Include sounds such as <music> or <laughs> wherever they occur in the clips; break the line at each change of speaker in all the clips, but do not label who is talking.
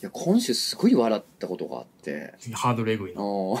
いや今週すごい笑ったことがあって
ハードルエグい
あ
な。
の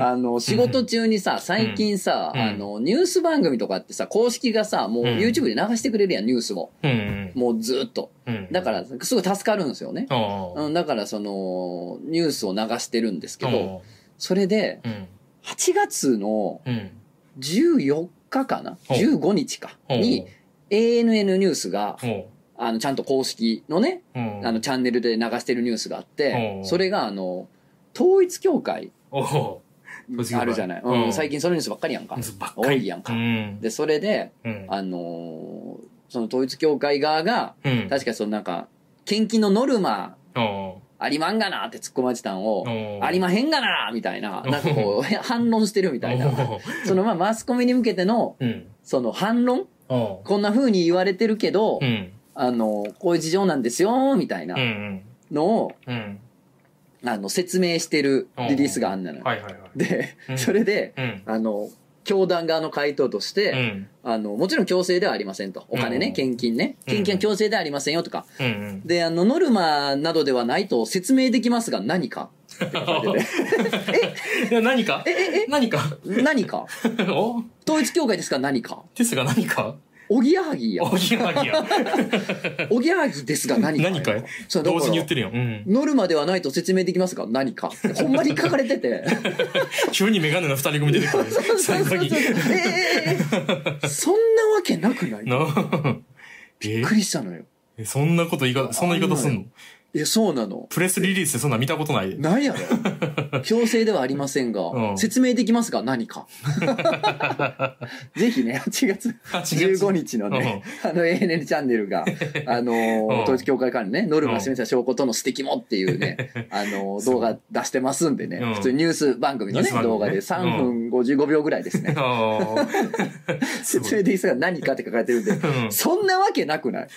<laughs> あの仕事中にさ最近さ、
うん
あのニュース番組とかってさ公式がさもううん YouTube で流してくれるやんニュースを
うんうん
もうずっと
うん。
だからすごい助かるんですよね、
うん、
うん、だからそのニュースを流してるんですけ
うん
どそれで
うん。
8月の
うん。
14日かな
おう
15日か
うん
に、ANN ニュースが
おう
あのちゃんと公式のね
うん。
あのチャンネルで流してるニュースがあって
おう
それがあの統一教会
おう統一教会
あるじゃない、
うん
うん最近そのニュースばっかりやんか
ばっ
多
かり
いやん
う
か、
ん。
でそれで
うん。
あのーその統一教会側が
うん。
確かそのなんか献金のノルマ
おう
ありまんがなって突っ込まれてたんを
おう
ありまへんがなみたいな、なんかこう、 <laughs> 反論してるみたいな。
おう
そのまあマスコミに向けての、
うん。
その反論
おう
こんな風に言われてるけど、
うん。
あの、こういう事情なんですよ、みたいな
うん。
のを、
うん。
あの、説明してるリリースがあんなのよ。
はいはいはい。
で
う、ん
それで、
うん。
あの、教団側の回答とし
う
て、
ん。
あの、もちろん強制ではありませんと。お金
う
ね、
ん
献金ね。
うん
献金は強制ではありませんよとか。
うんうん。
で、あの、ノルマなどではないと説明できますが何かって書いてて
いや何か
え、え、
何か
え、何
<laughs>
か
お
統一教会ですか何か
ですが何か
おぎやはぎや。
おぎや
<laughs>
はぎや。
おぎやはぎですが何か。
何かよ
そうだか
同
ら
時に言ってるよ。うん。
ノルマではないと説明できますが何か。ほんまに書かれて
<laughs>
て。
急にメガネの二人組出てくる。最後に。
えーそんなわけなくないびっ <laughs>
なえ
くりしたのよ。
えそんなこと言い方、そんな言い方すんの
え、そうなの。
プレスリリースでそんなん見たことないで。
なんやろ強制ではありませんが、
<laughs> うん
説明できますが何
<laughs>
か。ぜひね、8月
8月
15日のね、あの ANN チャンネ
<laughs>
ルが、あのー
うん
統一教会からのね、ノルマを示した証拠との指摘もっていうね、あのー動画出してますんでね、
うん
普通にニュース番組の
ニュ
ね
ース番組
動
ね
画で3分55秒ぐらい
<laughs>
ですね、
あすごい
説明でいいですが何かって書かれてるんで、
あ。うん。
そんなわけなく
<laughs>
ない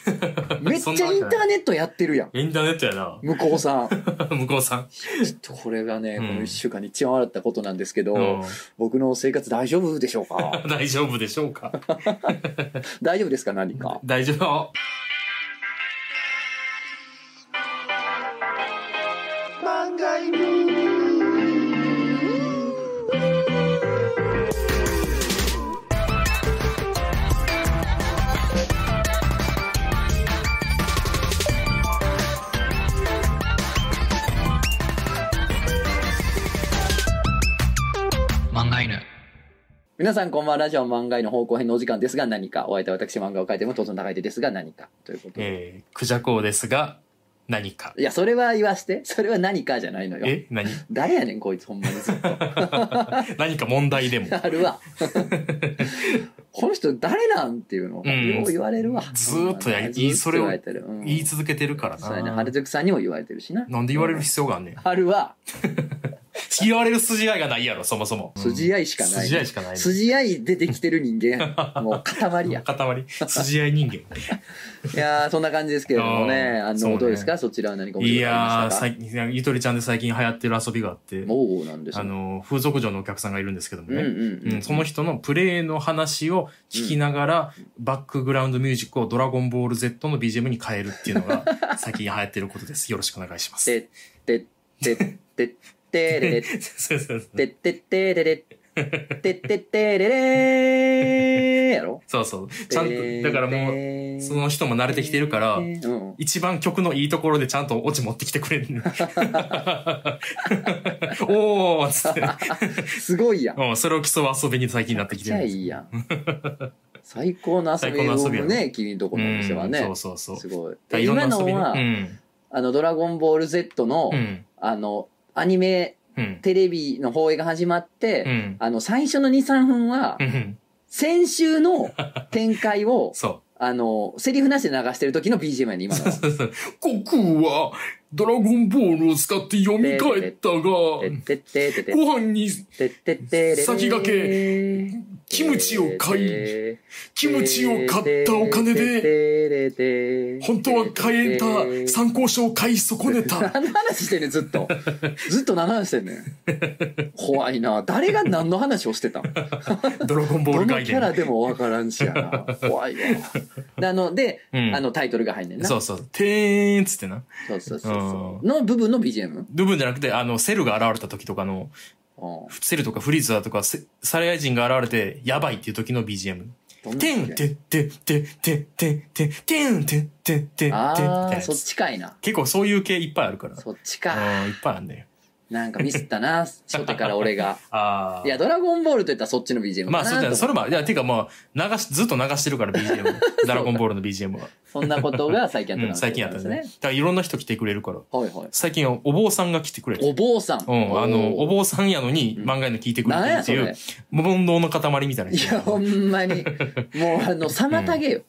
めっちゃ
そん
イ
な
ン
わけない
ターネットやってるやん。
インターネットやな。 <laughs>
向こうさん。ち
向こうさん。
ょっとこれがね、
うん
この1週間に一番笑ったことなんですけど、
うん
僕の生活大丈夫でしょう
<laughs>
か
大丈夫でしょうか
大丈夫ですか何か。
大丈夫。
漫画犬
皆さんこんばんは。ラジオ漫画への方向編のお時間ですが何か。お相手は私漫画を描いても当然高い手ですが何か。ということで。
えー、クジャコウですが、何か。
いや、それは言わして。それは何かじゃないのよ。
え何
誰やねん、こいつ、ほんまにずっと。
何か問題でも。
あるわ。この人誰なんていうの、
うん
よう言われるわ。
ずーっとや
ほんまに
いいそれを
ずーっと言われてる。うん
言い続けてるから
そうやね。
な
春。月さんにも言われてるしな。
なんで言われる必要があんねん。
春は
言われる筋合いがないやろ、そもそも。
筋合いしかない、
筋合いしかないね
筋合いでできてる人間やんもう塊や。
塊。筋合
<laughs>
い人間。
いやー、そんな感じですけれどもね。
あー
あの、
そうね
どうですかそちらは何か面
い
白いことあり
や
ました
ー、
か
最近、ゆとりちゃんで最近流行ってる遊びがあって、
もうなんです
あ
よ、
の、風俗嬢のお客さんがいるんですけども
うん
ね、
うんう。
うんんその人のプレイの話を聞きながら、バックグラウンドミュージックをドラゴンボール Z の BGM に変えるっていうの
<laughs>
が、最近流行ってることです。よろしくお願いします。
てってってってってれれっ
そうそうそう
てってってれれってってってれれーやろ
<laughs> そうそう。ちゃんと、だからもう、その人も慣れてきてるから
う、ん。
一番曲のいいところでちゃんとオチ持ってきてく
<laughs>
れる、ね、おーっつって。
すごいやん。
<laughs> うん、それを競う遊びに最近なってきて
じゃあ
る
い
んです。
いやん。
<laughs>
最高の遊び
最高
を
の遊びや
ね、君のとこのお店はね。
うんそうそうそ
す
う。
ごい。
だ
で
か
今
らいろんな
の
遊びね
は、
うん。
あの、ドラゴンボール Z の、
うん。
あの、アニメ、
うん。
テレビの放映が始まって、
うん。
あの、最初の2、3分は、
うん。、
先週の展開を
そ
あの、セリフなしで流してる時の BGM やね、今のは
<laughs> う。。そうそう。悟空は、ドラゴンボールを使って読み替えたが、
てってってって
ご飯に
てってってれ
先駆
け、
キムチを買い、
い、
キムチを買ったお金で、
で
本当は買えた参考書を買い損ねた。
何の話してんねんずっと
<laughs>
ずっと何の話してんねん怖いな誰が何の話をしてたん
ドラゴンボー
ど
ル
の
概
キャラ
念。
でも分からんしやな怖いわであので、
うん
あのタイトルが入んねんな
そうそう。てーんっつってな。
そうそうそうう、
うん。
の部分の BGM?
部分じゃなくて、あの、セルが現れた時とかの、
うん
セルとかフリーズだとか、セサレイ人が現れて、やばいっていう時の BGM。
どんな
てんてんてんてんてんてんてんてんてんてんてんてんみた
あ
いな
あ
や
そっ
つ。
ちかいな
結構そういう系いっぱいあるから。
そっちか
うん、いっぱいあるね。
なんかミスったな初手から俺が
<laughs> ああ。
いや「ドラゴンボール」といったらそっちの BGM かな
まあ、そうだね
と
それ
思って
もある、いや、てかまあ、流し、ずっと流してるから
<laughs>
BGM。ドラゴンボールの BGM は。
そんなことが最近
う
やった
ん、最近やったんですね。だからいろんな人来てくれるから。
はいはい
最近はお坊さんが来てくれる。
お坊さん
うん、あの、お
坊
坊さんやのに
うん
漫画の聞いてくれ
なん
てる
や
って
そ
い
れ
う、問答の塊みたいない人
やほんま
<laughs>
にもうあの妨げよ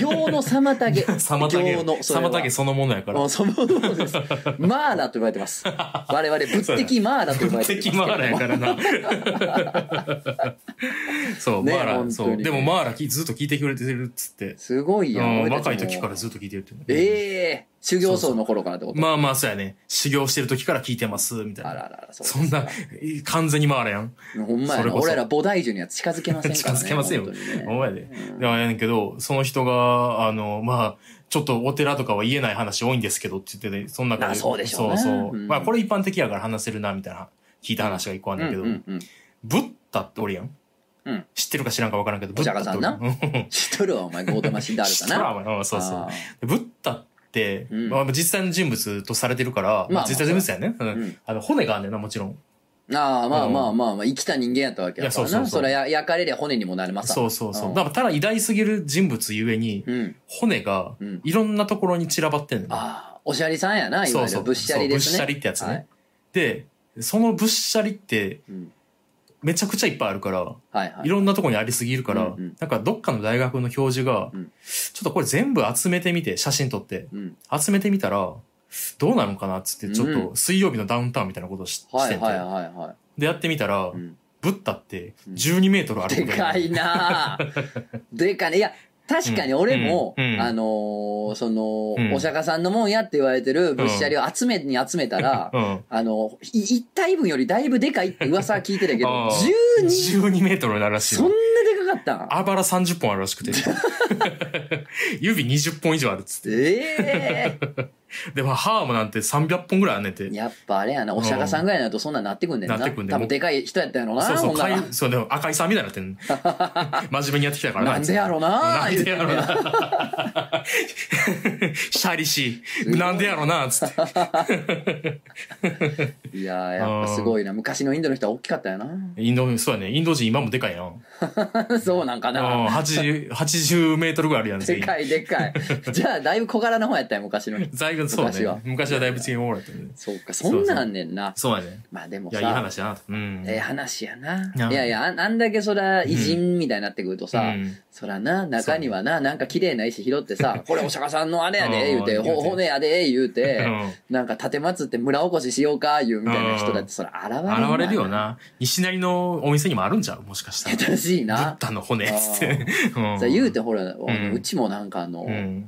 行の妨げ
<laughs> 妨げ、
行のそれは
妨げそのものやから。
もうそのものですマーダと呼ばれて
<laughs>
ます我々物的マーダと呼ばれてます
敵マーラやか
<laughs>
らな。そう、
ね
マ
本当
ーラ、
に
そう。でもマーラきずっと聞いてくれてるっつって。
すごいうやん
ん、
俺たち
若
も
い時からずっと聞いてるって。
ええ修行僧の頃からってこと
まあまあ、そうやね。修行してる時から聞いてます、みたい
あ
な。
らららそう
そんな、完全にマーラやん。
ほんまや
それ
な
こそ
俺ら菩提樹には近づけませんからね
近づけませんよ
本当にね
お前で。
うん
いや、やねんけど、その人が、あの、まあ、ちょっとお寺とかは言えない話多いんですけどって言ってて、そんな
まあそうでしょうね
そうそう。
うん
まあ、これ一般的やから話せるな、みたいな、聞いた話が一個あんだけど、
うんうんうん
ブッダっておるやん。
うん
知ってるか知らんかわからんけど、
お釈迦さんな
ブッダっておるやん。
知っとるわお前ゴートマシンダール
知
か
っとる
な
わお前うん <laughs> そうそう
あ。
でブッダって、
うん
まあ、実際の人物とされてるから、
ま
ま
あ
あ、実際の人物やね。うん
うん
あの、骨があんねんな、もちろん。
ーあーまあ
うん
まあまあまあ生きた人間やったわけやから
いやそうそう
な
そう
それは焼かれりゃ骨にもなれますわ
そうそうそうう。
ん
だから、ただ偉大すぎる人物ゆえに、
うん
骨が
うん、
いろんなところに散らばってんの。
ああおしゃりさんやない
そ
わ
う
ゆ
そ
る
う。
ぶっしゃりですね
そうぶっしゃりってやつね。
はい
で、そのぶっしゃりって、
うん
めちゃくちゃいっぱいあるから、
はいはい
いろんなとこにありすぎるから、
うんうん
なんかどっかの大学の教授が、
うん
ちょっとこれ全部集めてみて、写真撮って、
うん
集めてみたら、どうなのかなっつって、ちょっ
う
と水曜日のダウンタウンみたいなことをし,、
は
て
い
んて、
はいはいは
で、やってみたら、
いうん
ブッダって
うん
12メートルある
でかいなあ
<laughs>
でかねいや確かに俺も、
うんうん
あのーその、
うん
お釈迦さんのもんやって言われてるぶっしゃりを集めに集めた
<laughs>
ら、
うん。
あの、い一体分よりだいぶでかいって噂は聞いてたけど
あ、ー
12?
12メートルになるらしい
そん
よ
な。でかかったん
あばら30本あるらし
<laughs>
くて。指20本以上あるっつって。
ええ
で、まあ、ハームなんて300本ぐらいあんねんて。
やっぱあれやな、お釈迦さんぐらいになるとそんなんなってくんねんな。
なってくんねん
多分でかい人やったんやろな、
そうそ
ほ
う、
んな
からゆそう、でも赤井さんみたいになって
<laughs>
んの真面目にやってきたから
なんでやろな
なんでやろな。シャリシー。なんでやろな、つって。
いやーやっぱすごいな。昔のインドの人は大きかったよな。
インド、そうやね。インド人今もでかいやん。
そうなんか
うん
な。
80、80メートルぐらいあるやん、
で
全員。
かいでかい。じゃあ、だいぶ小柄の方やったよ、昔の人。
在軍、そう
昔は
ね。昔はだいぶチームオーラやったね。
そうか、そんなんあんねんな。
そうやね。
まあでも
いや、いい
さ、
話やな。うん。
ええ話やな。
いや
いやいや、あんあんだけそら偉人みたいになってくるとさ、
うん
そらな、中にはな、なんか綺麗な石拾って
<laughs>
さ、これお釈迦さんのあれやで、言
うん
うて、
言う
ほ
て
骨やで、言う
う
て、
ん
なんか立てまつって村おこししようか、言うみたいな人だって、そら現れるな
現れるよ。な。西成のお店にもあるんじゃうもしかしたら。
正しい
ブッ
な。
ダの骨、つって。 <laughs> うん
さ言うてほら、あ
ん
のうちもなんかあの
う、ん。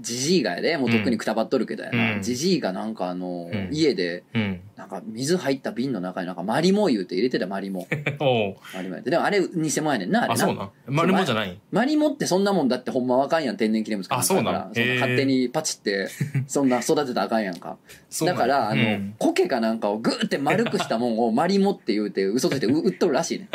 じじいがやで、もうとっくにくたばっとるけどや
う
な、
ん
じじいがなんかあの
うん、
家で、
うん。
なんか水入った瓶の中になんかマリモ言うて入れてたマリモ。
おう
マリモやって。でもあれ偽物やねんな、あ
あ、
れ
そう
な。
なん。丸もじゃない。
マリモってそんなもんだってほんまわかんやん、天然記念物かなんかやから
あそうなの
そんな
へー
勝手にパチ
<laughs>
って、そんな育てたらあかんやんか。
そうな
だ
ん
から、あの、
うん
苔かなんかをグーって丸くしたもんをマリモって言うて、嘘ついてう
<laughs>
売っとるらしいね。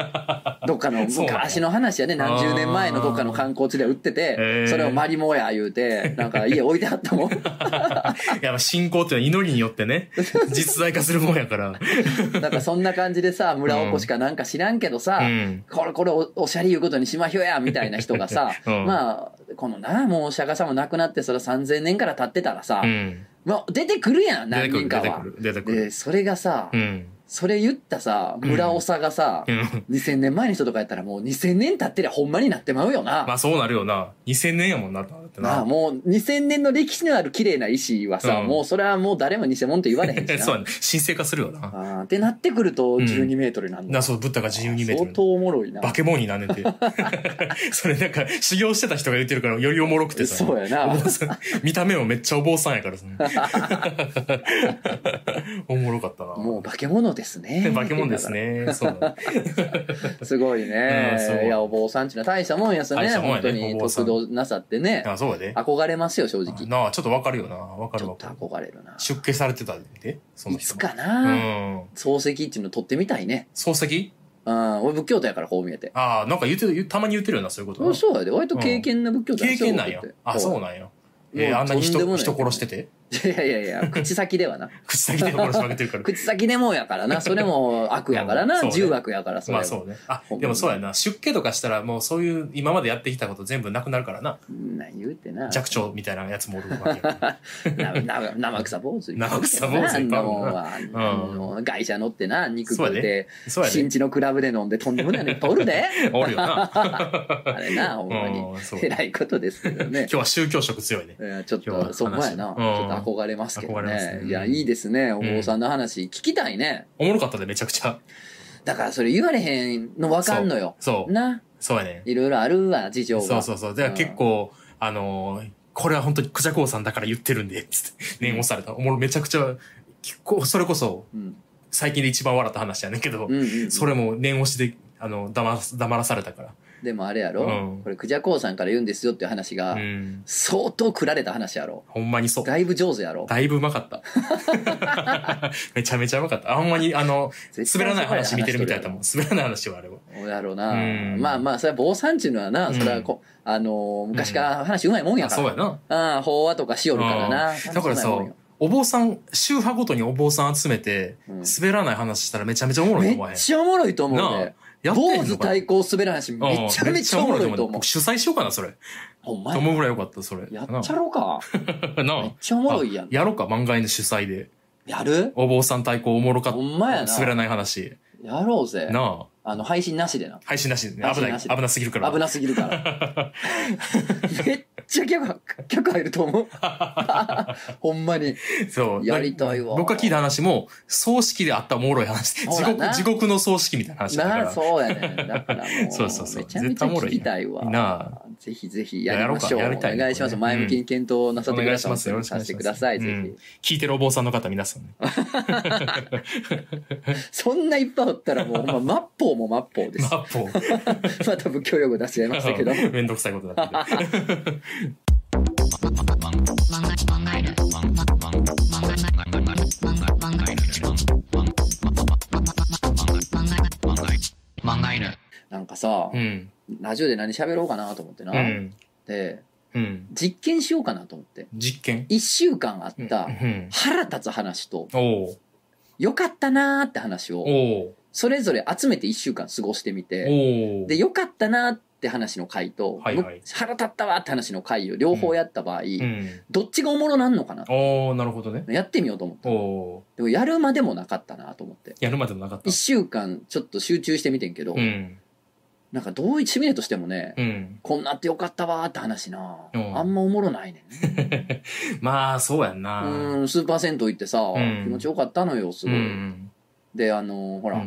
どっかの
そうなんや
昔の話やね、何十年前のどっかの観光地で売って
あーへ
て、
ー
それをマリモや言うて、なんか家置いてあった
<laughs>
もん。
やっぱ信仰っていうのは祈りによっ
<laughs>
てね、実在化するもんやから。
なんかそんな感じでさ、村おこしかなんか知らんけどさ、
うん。
これこれおおしゃり言うことにしまひょやみたいな人がさ、
<laughs> うん
まあこのなもうお釈迦様亡くなってそれ3,000年から経ってたらさ、
うん。
まあ、出てくるやん
出て
何
く
人
る、
か
出て
は
く。る、出てくる。
でそれがさ、
うん。
それ言ったさ
うん
村長がさ、
うん
2,000年前の人とかやったらもう2,000年経ってりゃほんまになってまうよな。
まあそうなるよな。2000年やもんな、だって
なあ
な。
もう2,000年の歴史のある綺麗な石はさ、
うん
もうそれはもう誰も偽物と言われへんしな。
<laughs> そうやね。神聖化するよな。
あーってなってくると
ん
12メートルなんだ。
な、そう、ブッダが自由にメート
相
ル。
当おもろいな。
化け物になんねんて。 <laughs> それなんか、修行してた人が言ってるから、よりおもろくてさ。 <laughs>
そうやな <laughs>
お坊さん見た目もめっちゃお坊さんやからさ。おもろかったな。
もう化け物ですね
<laughs> 化け物ですね。そうだね。
すごいね
うんすごい
いやお坊さんっていうのは大したもんやさね
大したもんや
本
ね
当に
お坊さ
得
ん
度なさってね
あ、そうやで。
憧れますよ正直ち
なあ、ちょっとわかるよな。わかる
ょ
わ
っと
かる。
憧れるな
出家されてたんで、その
いつ
人も。
か
う。
なん漱石っていうの取ってみたいね
漱石
うん俺仏教徒やからこう見えて
ああ、なんか言ってる、たまに言ってるよな、そういうこと
う。
なん
そうやで割と経験な仏教徒
経験なんや。あ、そう
う
なんや。
もう
えーあんなに
とん
人
でもない
人殺して <laughs> て
いやいやい
<laughs>
や口先ではな
口先で殺しまけてるか
<laughs>
ら。
口先でもやからなそれも悪やから
うん
な
そうね
重悪やからそれ
まあ
は
そうね。あ、でもそうやな。出家とかしたらもうそういう今までやってきたこと全部なくなるからな。
うんなん言うてな
弱聴みたいなやつもおるわけや
<laughs>
から。
なな生臭坊主
生臭坊主
あ
い
ん
っぱい
な
ある
もんはあ
う
ん
ん
なもん外車乗ってな肉食う
そう
て
そうや
新
ね。
地のクラブで飲んでとんでもないのいっぱいおるで
<laughs> おるよな。
<laughs> あれなほんまに
うん、そう。今
偉いことですけどね
<laughs> 日は宗教色強いね。
うんちょっ
今日
と
は
そこやな、
話
ちょっと憧れますけど
憧れます
ね
ね
いやいいですねお坊さんの話、聞きたいね
おもろかったでめちゃくちゃ。
だからそれ言われへんの分かんのよ
そう。
な
そうやね。
いろいろあるわ事情が
そうそうそう。だから結構、あのー、これは本当にクジャコウさんだから言ってるんで、つって、念押された。おもろめちゃくちゃ、結構、それこそ、
うん
最近で一番笑った話やねんけど、
うんうんうん
それも念押しで、あの、黙らす黙らされたか
でもあれやろ、
うん
これクジャコウさんから言うんですよっていう話が、
ら。うん。
相当くられた話やろ
ほんまにそう。
だいぶ上手やろ
だいぶうまか
<laughs>
った。めちゃめちゃうまかった。あんまに、あの、
絶
滑
対
らない話見てるみたい
そ
だ
う
もん。滑らない話はあれは。
やろやろうな、
うん
まあまあそれは坊さんちゅうのはな、
うん
それはこあのー昔から話うまいもんや
あ
から、
そうやな。
ああ法話とかしよるからな、
だからさ
うまいもんよ、
お坊さん、宗派ごとにお坊さん集めて、
うん
滑らない話したらめちゃめちゃおもろいと思わ
め
へ
っ
ん。
ちゃおもろいと思う
な
ね
あやってんのか
坊
な
主対抗滑らない話めちゃめちゃおもろいと思う
僕主催しようかな、それ。
ほんま
と
や
思うぐらいよかった、それ。
やっちゃろうか
なな
めっちゃおもろいやん
やろうか、漫画の主催で。
やる
お坊さん対抗おもろかった。
ほんまやな
滑らない話。
やろうぜ
なあ。
あの配信なしでな
配信なしでね。
配
危
信
な。
ないし
危
で
なすぎるから。
危なすぎるから
<laughs>
めっちゃ客客入ると
<laughs>
思うほんまに
そう。
やりたいわ
僕が聞いた話も、葬式であったおもろい話。
ほ
地
らな
獄、地獄の葬式みたいな話だったか
なあ
ら。
そうやねだからもう
そうそうそう
めちゃめちゃ聞きたいわ
絶対おもろいやんな
ぜひぜひやりましょう
やろうかやりたい
お
ね
願いします、
これね
前向きに検討なさってください,、
うんお願いしますよろしくお願
さ
いします
せてくださいぜひ、
うん聞いてるお坊さんの方、
<laughs>
皆さんね。
そんないっぱいおったらもうほんま末法も末法です
マッポー。
<laughs> また仏教用語出しちゃいましたけど
<laughs> めんどくさいことだったけど。
なんかさ、 <laughs>
うん。
ラジオで何喋ろうかなと思ってな、
うん。
で
うん。
実験しようかなと思って
実験
1週間あった
うん。
腹立つ話と
おう
良かったなーって話を
おう
それぞれ集めて1週間過ごしてみて
おう
で、良かったなって話の回と、
はいはい
む腹立ったわって話の回を両方やった場合、
うん。
どっちがおもろなんのかな
おおなるほどね。
やってみようと思った。
おお
でもやるまでもなかったなと思って。
やるまでもなかった
一。週間ちょっと集中してみてんけど、
うん。
なんかどうシミュレートしてもね、
うん。
こんなってよかったわって話な、
うん
あんまおもろないねんね。
ま <laughs> あ、そうやん
う
な。
ーん、スーパー銭湯行ってさ、
ん
気持ちよかったのよ、す
う
ごい。
ん。
で、あのーほ
ほ
ら、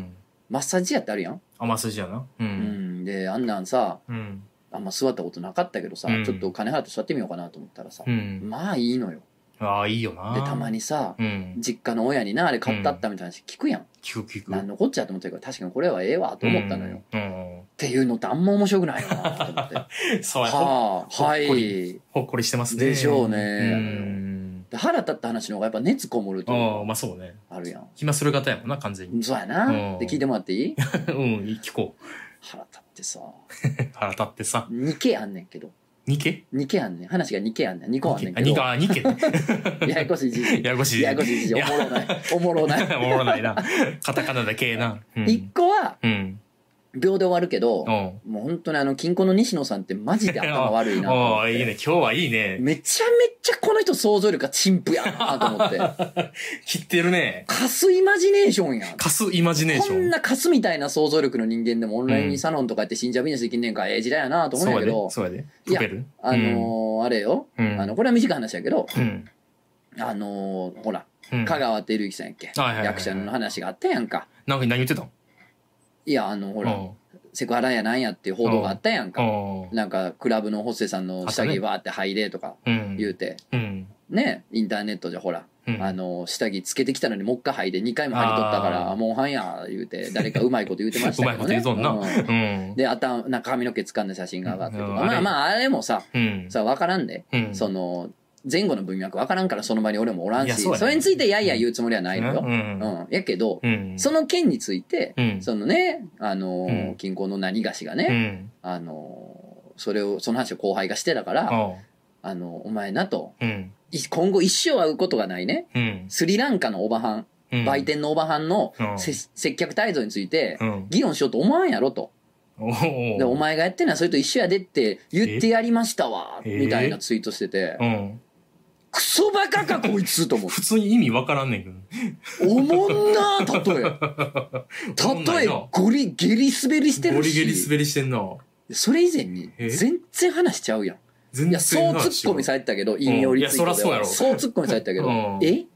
マッサージやってあるやん。
甘すじやな。う。
うんん、で、あんなんさ、
うん。
あんま座ったことなかったけどさ、
うん
ちょっとお金払って座ってみようかなと思ったらさ、
うん。
まあいいのよ。
ああ、いいよな。
で、たま。にさ、
うん。
実家の親になあれ買ったったみたいな話聞くやん、
聞く聞く。
何のこっちゃと思ってるから確かにこれはええわと思ったのよ、っ
うん。
ていうのってあんま面白くないなと
<laughs>
思っては
うん。そうや。ほ
あは
ほっこ
い
ほっこりしてますね。
でしょうね
うん。
で腹立った話の方がやっぱ熱こもると
ああ、
いう
まあそうね。
あるやん
暇する方やもんな、完全に。
そうやな
うん
で聞いてもらっていい
うん、いい聞こう。
腹立ってさ
腹立ってさ。
2件あんねんけど
二毛
2件あんねん話が2件あんねん2個
二
あんねん
毛
け
あ、二毛
ど
あ、二毛ね。
ややこしいじ
<laughs>
じ
ややこし
い
い。
ややこしいじじいおもろ
<laughs>
ないおもろない
おもろないな。カタカナだけな。うん
1個は
うん。
秒で終わるけど
うん。
もう本当にあの金庫の西野さんってマ
<laughs>
ジで頭悪いなと思
お
っ
ー
て
いいね。今日はいいね。
めちゃめちゃこの人想像力が陳腐やなと
<laughs>
思って。
切ってるね。
カスイマジネーションやん。
カスイマジネーシ
こん
ョン。
なカスみたいな想像力の人間でもオンラインサロンとかやって信者ビジネスできんねんか、ええ時代やなと思
そうう
や
ん
け
やで
ど。、
そうやで。
いや
プペル
あのーあれよ。
うん
あの、これは短い話やけど、
うん。
あのーほら、
うん
香川照之さんやっけ。
はいはいはい
役者の話があったやんか。
なんか何言ってたの
いや、あの、ほら、
お
セクハラやなんやっていう報道があったやん
ー
か。
おー
なんか、クラブのホッセさんの下
あった
着
ね
バーって入れとか
うん。
言うて、
うん。
ね、インターネットじゃほら、
うん
あの下着つけてきたのにもう一回履いて2回も履いとったから
あー
もうはんや言うて誰かうまいこと言うてましたけど、ね、
<laughs> うまいこと言うとん
う
うん
ん。であたんなんか髪の毛掴んだ写真が上がってとか、
うん
ま
あ
あ
れ
まああれもさ
うん。
さ分からんで、
うん。
その前後の文脈分からんからその場に俺もおらん
いや
し
そう
そ,、
やね
れについてやいや言うつもりはないのよ、
う
うん
ん。
やけど、
うん。
その件について、
うん。
そのねあのー
うん
銀行の何がしが
う
ね、
ん。
あのーそれをその話を後輩がしてたから、
おう
あのお前なと
うん。
い今後一生会うことがないね
うん。
スリランカのおばはん
うん
売。店のおばはんの
うん
せ接客態度について
うん。
議論しようと思わんやろと。
おう
で、お。前がやってんのはそれと一緒やでって言ってやりましたわ、
え
みたいなツイートしてて
う、ん。
クソバカかこいつと思う。
普通に意味わからんねんけど。
おもんな例
<laughs>
え。例えゴリ、ゲリ滑りして
ゴ
る
リ
し。
ゲリ滑りしてんな。
それ以前に
え
全然話しちゃうやん。
全
い
然
や、そう
な
突っ込みされてたけど、引用
うんい
リ
や
ツイート
そらそう
では。
やろ
そう突っ込みされてたけど
うん、
えい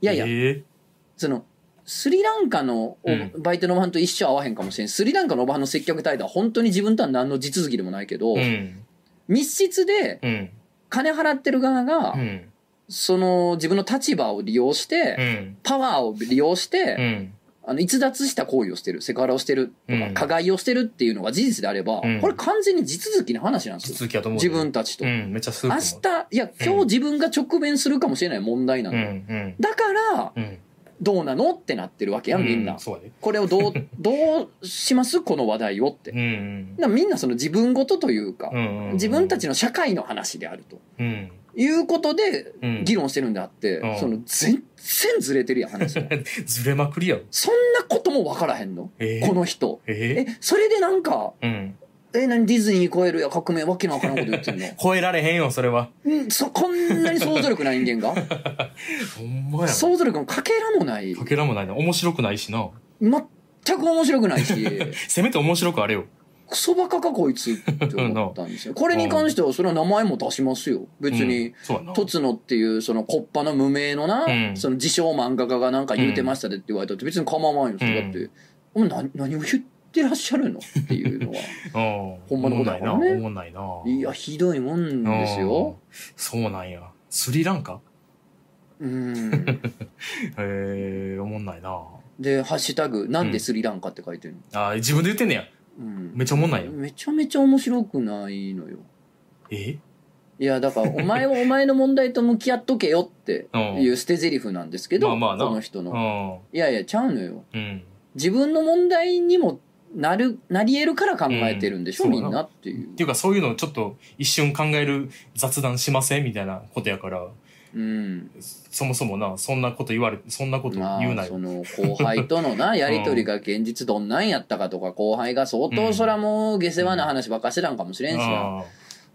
やいや
え、ー
その、スリランカのお
うん
バイトのおばはんと一生合わへんかもしれん。スリランカのおばはんの接客態度は本当に自分とは何の地続きでもないけど、
うん。
密室で
うん。
金払ってる側が
う、ん。
その自分の立場を利用して、
うん。
パワーを利用して、
うん。
あの逸脱した行為をしてる、セクハラをしてるとか、
うん
加害をしてるっていうのが事実であれば、
うん
これ完全に地続きの話なんですよ。
続きやと思う。
自分。たちと。
う
明
ん。めっちゃすると思
日、いや、今日自分が直面するかもしれない問題な
う。うん
だ。
ん。
だから、
うん。うん。
どうなのってなってるわけやん、みんな
う。そうやで。
これを
<laughs>
どう、どうしますこの話題をって。だ
う
か
ん。
らみんなその自分ごとというか
う、ん。
自分た
ち。
ちの社会の話であると
うん。
いうことで
うん
議論してるんであって、
うん
その全然ずれてるやん話
<laughs>
が
ずれまくりやろ。
そんなことも分からへんの
えー
この人え
え
それでなんか
ーうん。
え何ディズニー超えるや革命わけのわからんこと言ってんの
超えられへんよ、それは。
うんそこんなに想像力ない人
<laughs>
間が
ほんまやな。
想像力のかけらもない
かけらもないな。面白くないしな。
全く面白くないし
<laughs> せめて面白くあれよ。
クソバカかこいつって思ったんですよこれに関してはそれは名前も出しますよ別に、
うん。そうやな。
とつのっていうそのコッパの無名のな、
うん
その自称漫画家がなんか言うてましたでって言われたって別に構わんよ、それだってお前何何を言ってらっしゃるのっていうの
<laughs>
は
う
ほ
ん。
んまのこと
な
や
い
から
な。
ね
思んないな。
いやひどいもん
うん
ですよ。
そうなんや。スリランカ
うん
へえ、思んないな。
で「ハッシュタグなんでスリランカ」って書いてるの、
あー自分で言ってんねや。
うん
めっちゃ思んないや。
めちゃめちゃ面白くないのよ
え
いやだからお前はお前の問題と向き合っとけよって
うん。
いう捨て台詞なんですけど、
まあまあな
この人
う
の、
ん。
いやいやちゃうのよ
うん。
自分の問題にもなるなり得るから考えてるんでしょ、
うん
みんなっていう
っていうかそういうのをちょっと一瞬考える雑談しませんみたいなことやから、
うん
そもそもな、そんなこと言われ、そんなこと
ま
言うな
あ
よ
そ。の後輩と
<laughs>
のなやり取りが現実どんなんやったかとか後輩が相当そらもう下世話な話ばっかしてたんかもしれんしな
あ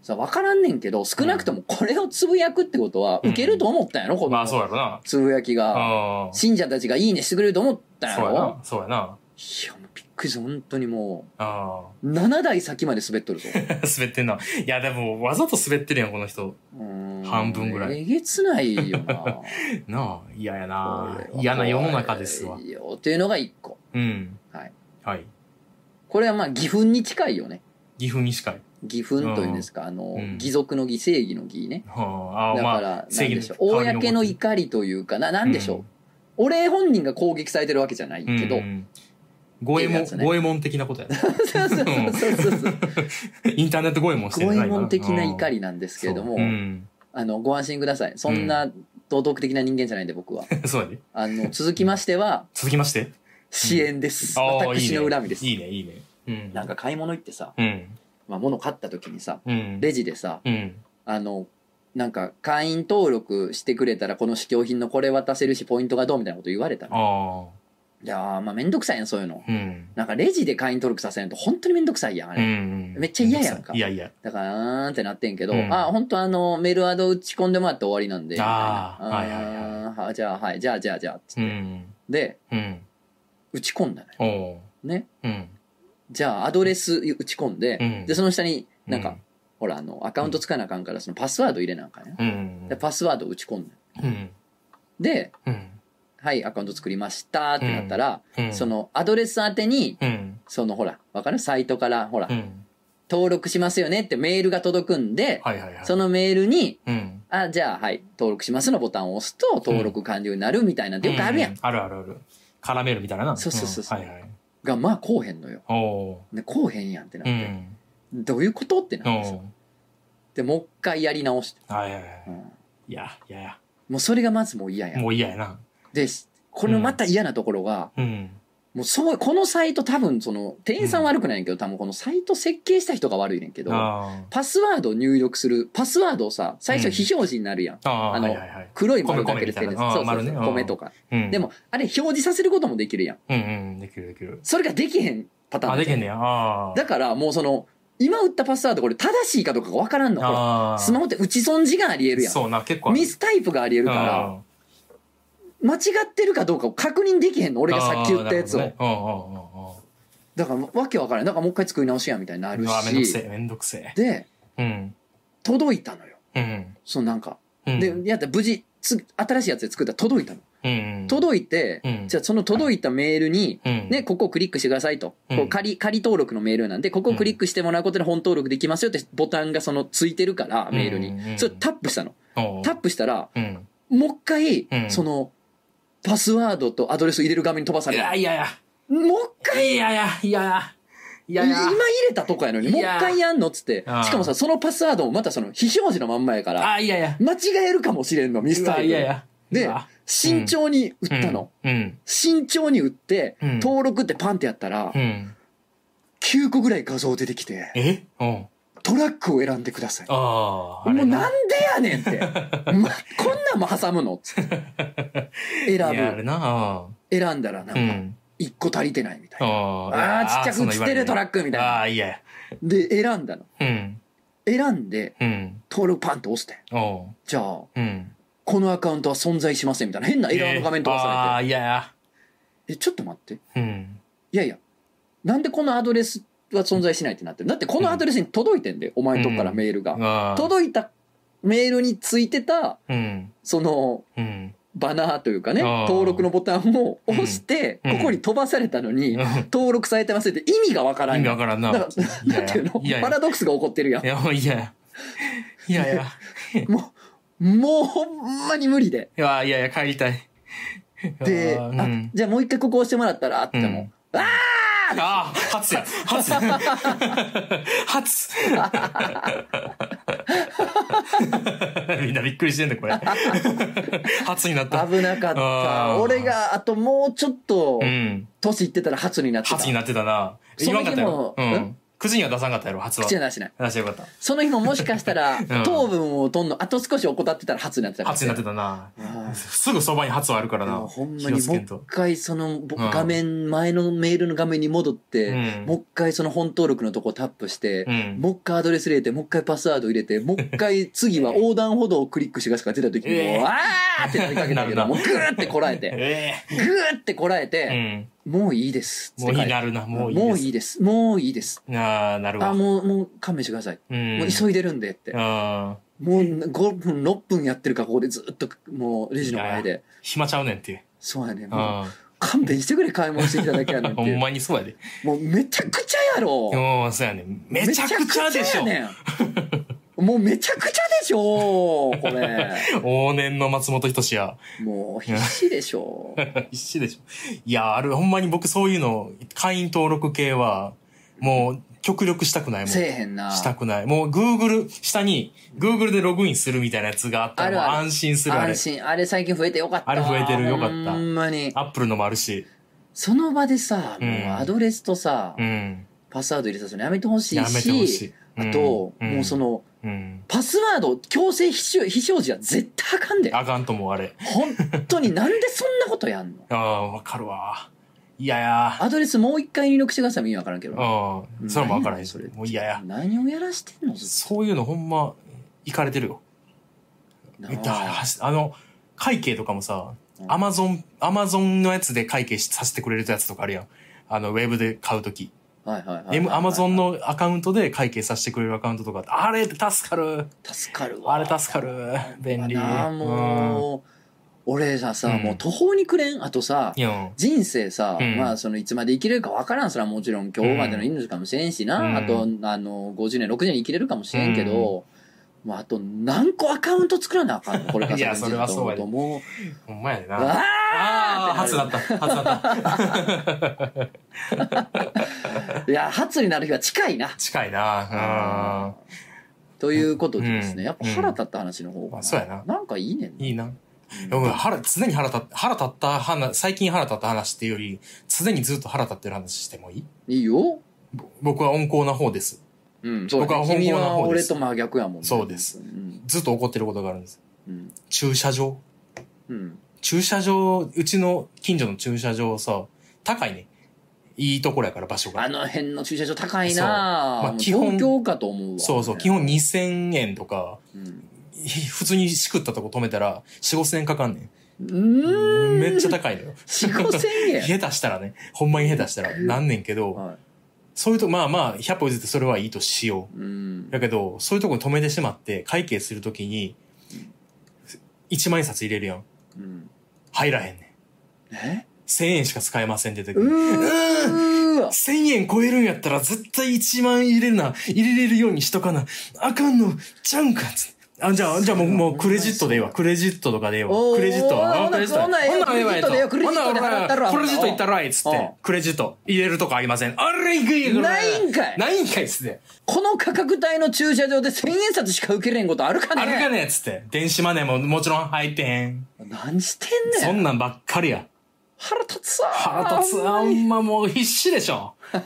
さ分からんねんけど少なくともこれをつぶやくってことは
うん
受けると思ったんやろこ
ーまあそう
の
やろな。
つぶやきが
ああ。
信者たちが「いいね」してくれると思ったんや
そうや
ろ
な。そうやな。
いやもうびっくりした本当にも
あ
う7台先まで滑っとるぞ
あ。滑ってん <laughs> な。いや、でも、わざと滑ってるやん、この人。
うーん
半分ぐらい
えげつないよな
<laughs> なあ、嫌やな
これ。は
嫌な世の中ですわ
怖。いよっていうのが一個。
うん。
はい。
はい。
これはまあ義憤に近いよね。
岐阜に近い。
義憤というんですか、あの、
うん
義賊の義正義の義ね。
はあ、あ
だ
あ、
か
ま
ら、
あ
な、ん
正
で
義
しょ
の
う。公の怒りというかな、なんでしょう。俺本人が攻撃されてるわけじゃない
うん
けど。
うんうん五右衛門、
っていうやつね
五右衛門的なことや
<laughs>
ね。
そうそうそうそう
<laughs>
そう。
インターネット五右衛門して
五
る
右衛
な
門的な怒
り
りなんですけれども、
うん。
あの、ご安心ください。そんな道徳的な人間じゃないんで僕は。
そうや <laughs> で。
あの、続きましては、
続きまして。
支援です。
ああ、いい
私
ね。
の恨みです。
いいね、いいね。うん。
なんか買い物行ってさ、
うん。
まあ、物買った時にさ、
うん。
レジでさ、
うん。
あの、なんか会員登録してくれたらこの試供品のこれ渡せるしポイントがどうみたいなこと言われたの。
あ
いやー、まあめんどくさいやん、そういうの
あ。。うん。
なんかレジで会員登録させないと本当にめんどくさいやん、あ
う
れ。
ん。
めっちゃ嫌やんか
いやいや。
だから、あーんってなってんけど、
うん
あ、本当あの、メールアド打ち込んでもらって終わりなんで。みたいな
あーはいはいはい
あーはじゃあ、はい、じゃあ、じゃあ、じゃあ、つって。
うん。
で、
うん。
打ち込んだのよ。
おお
ね。
う。うん。
じゃあ、アドレス打ち込んで、
うん
で、その下になんか、
うん
ほら、あの、アカウントつかなあかんから、そのパスワード入れなあかんや、
うん
で、。パスワード打ち込んだの
うん。
で、
うん。
はい、アカウント作りましたってなったら、
うん。
そ、のアドレス宛てに、
うん。
そのほら、わかるサイトから、ほら
う、ん。
登録しますよねってメールが届くんで、
はいはいはい。
そ、のメールに、
うん。
あ、じゃあ、はい、登録しますのボタンを押すと、登録完了になるみたいな、よくあるやん。
うあるあるある。絡めるみたいなな。
そうそうそうそうん
はいはい。
が、まあ、こうへんのよ。
おお
で、こうへんやんってなっ
ー。う
て。
ん。
どういうことってな
お
るんですよ。
お
で、もう一回やり直して。
ー。はいはいはい
うん。
いや、いやい
もうそれがまずもう嫌や
や。
ん。
もう嫌やな。
で、これのまた嫌なところが、
うん。
もうそう、このサイト多分その、店員さん悪くないねんけど、多分このサイト設計した人が悪いねんけど、
あ
パスワードを入力する、パスワードをさ、最初非表示になるやん。
あ。ああ
あ
ー、
の
はいはいはい。
黒い丸だけで手で
米米みたいな
そう
あー
そう
丸
そう、
ねうん
米とか。
うん。
で、も、あれ表示させることもできるやん。
うんうん、できるできる。
それができへんパターン
あ、
な
で
んじ
き
ゃん
んねや。あ
だからもうその、今打ったパスワードこれ正しいかどうかがわからんの。
あ。
ほら
ああ。
スマホって打ち損じがあり得るやん。
そうな、結構ある。
ミスタイプがあり得るから、
うん、
間違ってるかどうかを確認できへんの、俺がさっき言ったやつを。
あーなるほどねうんうんうんうん。
だからわけわからん。だからもう一回作り直しやみたいになる
うわめんどくせ
し。
えめんどくせえ
で、
うん
届いたのよ。
うん
そのなんか。
うん
で、やったら無事、つ新しいやつで作ったら届いたの。
うん
届いて、
うん
じゃあその届いたメールに、
うん
ね、ここをクリックしてくださいと。
うん
こう仮、仮登録のメールなんで、ここをクリックしてもらうことで本登録できますよってボタンがそのついてるから、メール
うんうんう
に。
ん
それタップしたの。
おう
タップしたら、
うん
もう一回、
うん
その、パスワードとアドレス入れる画面に飛ばさ
い
れる。
やいやいや
もう一回、
いやいやいやいやいや
今入れたとこやのに、
い
もう一
や
回やんのっつって
あ。ー
しかもさ、そのパスワードもまたその、非表示のまんまやから、
あいやいや
間違えるかもしれんの、ミスタ
うわ
イ
いやい
ル。
やう
で
わ、
慎重に打ったの。
うん
慎重に打って、
うん
登録ってパンってやったら
う、ん
9個ぐらい画像出てきて、
えうん
トラックを選んでください。
あああ
も
れ
うなんでやねん
<laughs>
って。ま、こんなんも挟むのつって
いやあ
選
れな
ぶ。選んだらなん
う
か、
ん
1個足りてないみたい
あ
な。
ー
あーちっちゃく
そんな
映
言
っ
わ
て
れ
るトラックみたいな
ああいやいや
で、選んだの。
うん
選んで、
うん
登録パンって押して。
おう
じゃあ、
うん
このアカウントは存在しませんみたいな。変なエラーの画面飛ば
あ
さ
あーいやいや
れて。え、ちょっと待って。
うん
いやいや、なんでこのアドレスは存在しないってなってるだってこのアドレスに届いてんで、お前のとこからメールが。
あー
届いたメールについてた、
うん
その、
うん
バナーというかね、
あー
登録のボタンを押して、
うん
ここに飛ばされたのに、
うん
登録されてますって意味がわからん。
意味わからんな。
だから
いや
なんていうの
いやい
パ
や
ラドックスが起こってるやん
い。や、もういや。いやいや。
もう、もうほんまに無理で。
いやいやいや、帰りたい。
で、
あーう
あ
ん、
じゃあもう一回ここ押してもらったらあっても、あ
あー、初や。初や。初。 <laughs> みんなびっくりしてんね、これ。初になった。
危なかった。
あー
俺があともうちょっと
う、ん。
年いってたら初になってた。
初になってたな。
そ
言
の
わん
日
か
も
ったよ。うんん。9時には出さんかったやろ、初は。
口は出してない。
出してよかった。
その日ももしかしたら、
<laughs> ん
糖分をとんの、あと少し怠ってたら初になってたかも
初
し
に
れ
な
な
っ
い
てたな。
あー
すぐそばに初はあるから
で
な。
もほんま
気を
に
つ
もう
けん
一
と。
回そのぼ
うん
画面、前のメールの画面に戻って、
うん
もう一回その本登録のとこタップして、
うん
もう一回アドレス入れて、もう一回パスワード入れ
<laughs>
て、もう一回次は横断歩道をクリックしてがしか出た時に、
ええ
もう、わーってなりかけたけど、
なるな
もうグーってこらえ
<laughs>
て、
え
グーってこらえ
え。う
て、
ん。
もういいです。
もういいなるな、もういいです。
もういいです。もういいです。
ああ、なるわ。
あ、もう、もう勘弁してください。
うん、
もう急いでるんでって。
ああ、
もう5分、6分やってるから、ここでずっと、もうレジの前
い
で。
暇ちゃうねんっていう。
そうやね。もう
あ
勘弁してくれ、買い物してきただけやね
あ、
んって
<laughs> ほ
い
ん
う。
まにそうやで。
もうめちゃくちゃやろ。
うん、そうやねん。めちゃくちゃでしょ。
めちゃくちゃやねんもうめちゃくちゃでしょ、これ。
往年の松本人志や。
もう必死でしょ。
必死でしょ。いや、ある、ほんまに僕そういうの、会員登録系は、もう、極力したくないもん。
せえ
し
へんな。
たくない。もう、Google、下に、Google でログインするみたいなやつがあった
あるあ
ら、も
る
う安心する、あれ
安。心。あれ最近増えてよかったわ。
あれ増えてるよかった
ほんまに。
アップルのもあるし。
その場でさ、もうアドレスとさ
う、ん。
パスワード入れさせるのやめてほしい
やめてほし
し
い、。
あと、
ん
もうそ、の、
うん。
パスワード強制非表非表示は絶対あかんで。
あかんとも、あれ。
本当になんでそんなことやんの
ああ、わかるわ。いやや。
アドレスもう一回入力してくださいも意味わからんけどな。
うん。それもわからへん
そ
そ
れ
れ。もう嫌や。
何をやらしてんの
そういうのほんま、いかれてるよ。
な
だ
あ
あの、会計とかもさ
う、ん
アマゾン、アマゾンのやつで会計しさせてくれるやつとかあるやん。あの、ウェブで買うとき。
はいはいはい。
M、アマゾン。のアカウントで会計させてくれるアカウントとかあってあれ、助かる。
助かるわ。
あれ、助かる。便利。
なあ
うん。
もう、俺ささ、
うん
もう途方に暮れん。あとさ
い、や、
人生さ、
うん
まあそのいつまで生きれるかわからん。それはもちろん今日までの命かもしれんしな。
うん
あと、あの、50年、60年生きれるかもしれんけど、もうあと何個アカウント作らなあかんのこれから
いやそれはそうやで
と思う
ほんまやでな。
と。うわ
ああ、
ーって
初
な
だ
る
った。初だった。
いや、初になる日は近いな。
近いな。
ということでですね、
うん
やっぱ腹立った話の方が、
まあそうやな
なんかいいねん
うん。いいな。で
うん
も腹、常に腹立っ腹立った話、最近腹立った話っていうより、常にずっと腹立ってる話してもい
い
い
いよ。
ぼ僕は温厚な方です。
うん、そう
僕は
だね。
本
君
郷の
は
方で
俺
す
と真逆やもんね。
そうです
うん。
ずっと怒ってることがあるんです。
うん。
駐車場。
うん。
駐車場、うちの近所の駐車場さ、高いね。いいところやから場所
あ
が。
の辺の駐車場高いな
そうまあ
もう
基本
東京かと思うわ。
そうそう、基本2000円とか、
うん。
ひ普通にしくったとこ止めたら、4、5000円かかんね。
うんーん。
めっちゃ高いのよ。
四五千円。
下手したらね、ほんまに下手したら、なんねんけど、
は
そういうと、まあまあ、100歩譲ってそれはいいとしよう。
い。うん。
だけど、そういうとこに止めてしまって、会計するときに、1万円札入れるやん。
うん。
入らへんね
え
ん。1000円しか使えませんって時
う
に。
ーわ。
1000円超えるんやったら絶対1万円入れるな。入れれるようにしとかな。あかんの、ちゃうんか。つってあ、じゃあ、じゃあもう、もうクレジットでええわ。クレジットとかでええ
お
わ。
ー
クレジットは。
ほな
あクレジット
ほなええわクレジットで払ったら
クレジット行ったらええっつっ
うん
て。クレジット入れるとこありません。あれいくいく
ないんかい
ないんかいっつって。
この価格帯の駐車場で千円札しか受けれんことあるかね
あるかねっつって。電子マネーももちろん入ってへん。
何してん
そ
ねん
んなんばっかりや。
腹立つわ
腹立つ
ほんま
あ
に
んまもう必死でしょ。 <laughs>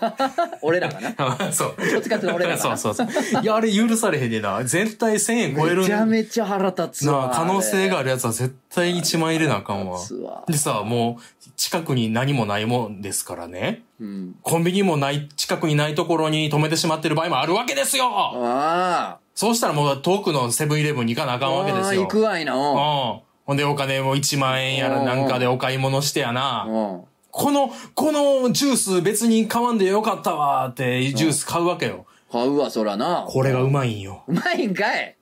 俺らがな
そう。
どっちかっていうと俺らか
そ
な
うそうそう。いや、あれ許されへんねんな。絶対1000円超える
めちゃめちゃ腹立つ
な
わ
あ可能性があ
る
るやつは絶対1万入れなあかん
腹
わ
立つわ。
でさ、もう近くに何もないもんですからね。
うん
コンビニもない、近くにないところに止めてしまってる場合もあるわけですよ
あ
そうしたらもう遠くのセブンイレブンに行かなあ
あ
かんわけですよ。
行くわいな
うん。
う
ほんでお金も1万円やらなんかでお買い物してやな。
んうん
この、このジュース別に買わんでよかったわーってジュース買うわけよ。
買うわそらな
これがうまいんよ。
うまいんかい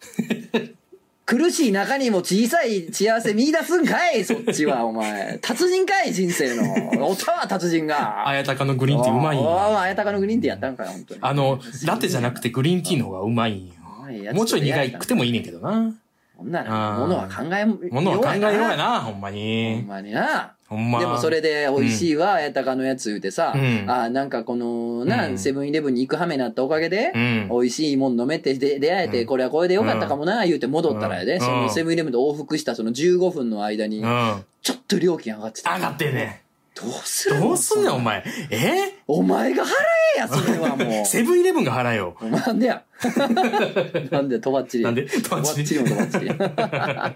苦しい中にも小さい幸せ見出すんかいそっちはお前達人かい人生のおったわ達人が
あやたかのグリーンティーうまいん
あ
よ。
あ、綾鷹のグリーンティーやったんかい、本当に。
あの、ラテじゃなくてグリーンティーの方がうまいんよ。もうちょい苦いくてもいいねんけどな。
ほんな
う
ら、
ん
ものは考えも、
ものは考えようや
な。
な、ほんま
ほん
に。
まにな。
ほんま。
でもそれで美味しいわ、綾鷹のやつ言うてさ、
うん
あなんかこの、な、
うんん
セブンイレブンに行くはめになったおかげで、
うん
美味しいもん飲めて、で、出会えて、
うん
これはこれでよかったかもな、言うて戻ったらやで、
うん
そのセブンイレブンと往復したその15分の間に
うん。、上
ちょっと料金上がってた。
がってんね
どうする
ん。どうすんねん、お
お前。
前。え
お前が払えや、それは
<laughs>
もう。
セブンイレブンが払えよ。
お前なんでや。 <laughs> なんで、とばっちり。
なんで
とばっちりもとばっちり。な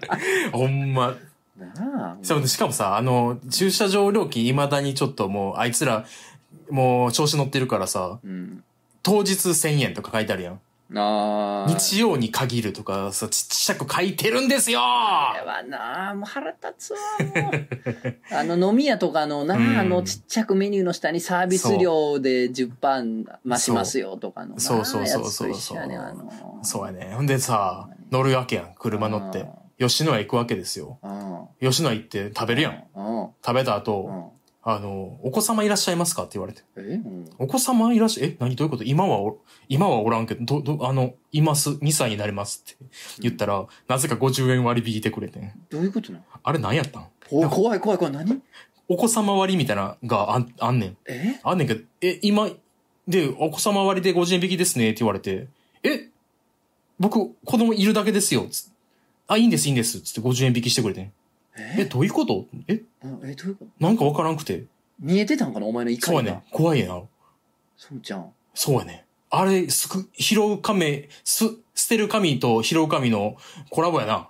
ほんま。
あ。
そうしかもさ、あの、駐車場料金未だにちょっともう、あいつら、もう調子乗ってるからさ、
うん。
当日1000円とか書いてあるやん。
ああ。
日曜に限るとかさ、ちっちゃく書いてるんですよ
あれはなあ、もう腹立つわ、もう。あの、飲み屋とかのなあ、
うん
あの、ちっちゃくメニューの下にサービス料で10%増しますよとかのなあ。
そうそうそうそう
やつと一緒やね
そう
あの。
そうやね。ほんでさ、乗るわけやん。車乗って。吉野家行くわけですよ。
うん。
吉野家行って食べるやん。
うん。
食べた
う
後、
ん。
あの、お子様いらっしゃいますかって言われて。
えうん。
お子様いらっしゃ、え、何どういうこと今はお、今はおらんけど、ど、ど、あの、います、2歳になりますって言ったら、なぜか50円割り引いてくれてん。
どういうことなの
あれ何やったん
お怖い怖い怖い。何
お子様割りみたいなのがあんあんねん。
え
あんねんけど、え、今、で、お子様割りで50円引きですねって言われて、え、僕、子供いるだけですよ。つあ、いいんです、いいんです。つって50円引きしてくれてん。え、
え
どういうことえ、
うんえ、どういうこと
なんかわからんくて。
見えてたんかなお前の怒りが。
そうやねん。怖いな。
そうちゃん。
そうやねん。あれ、すく、拾う亀、す、捨てる神と拾う神のコラボやな。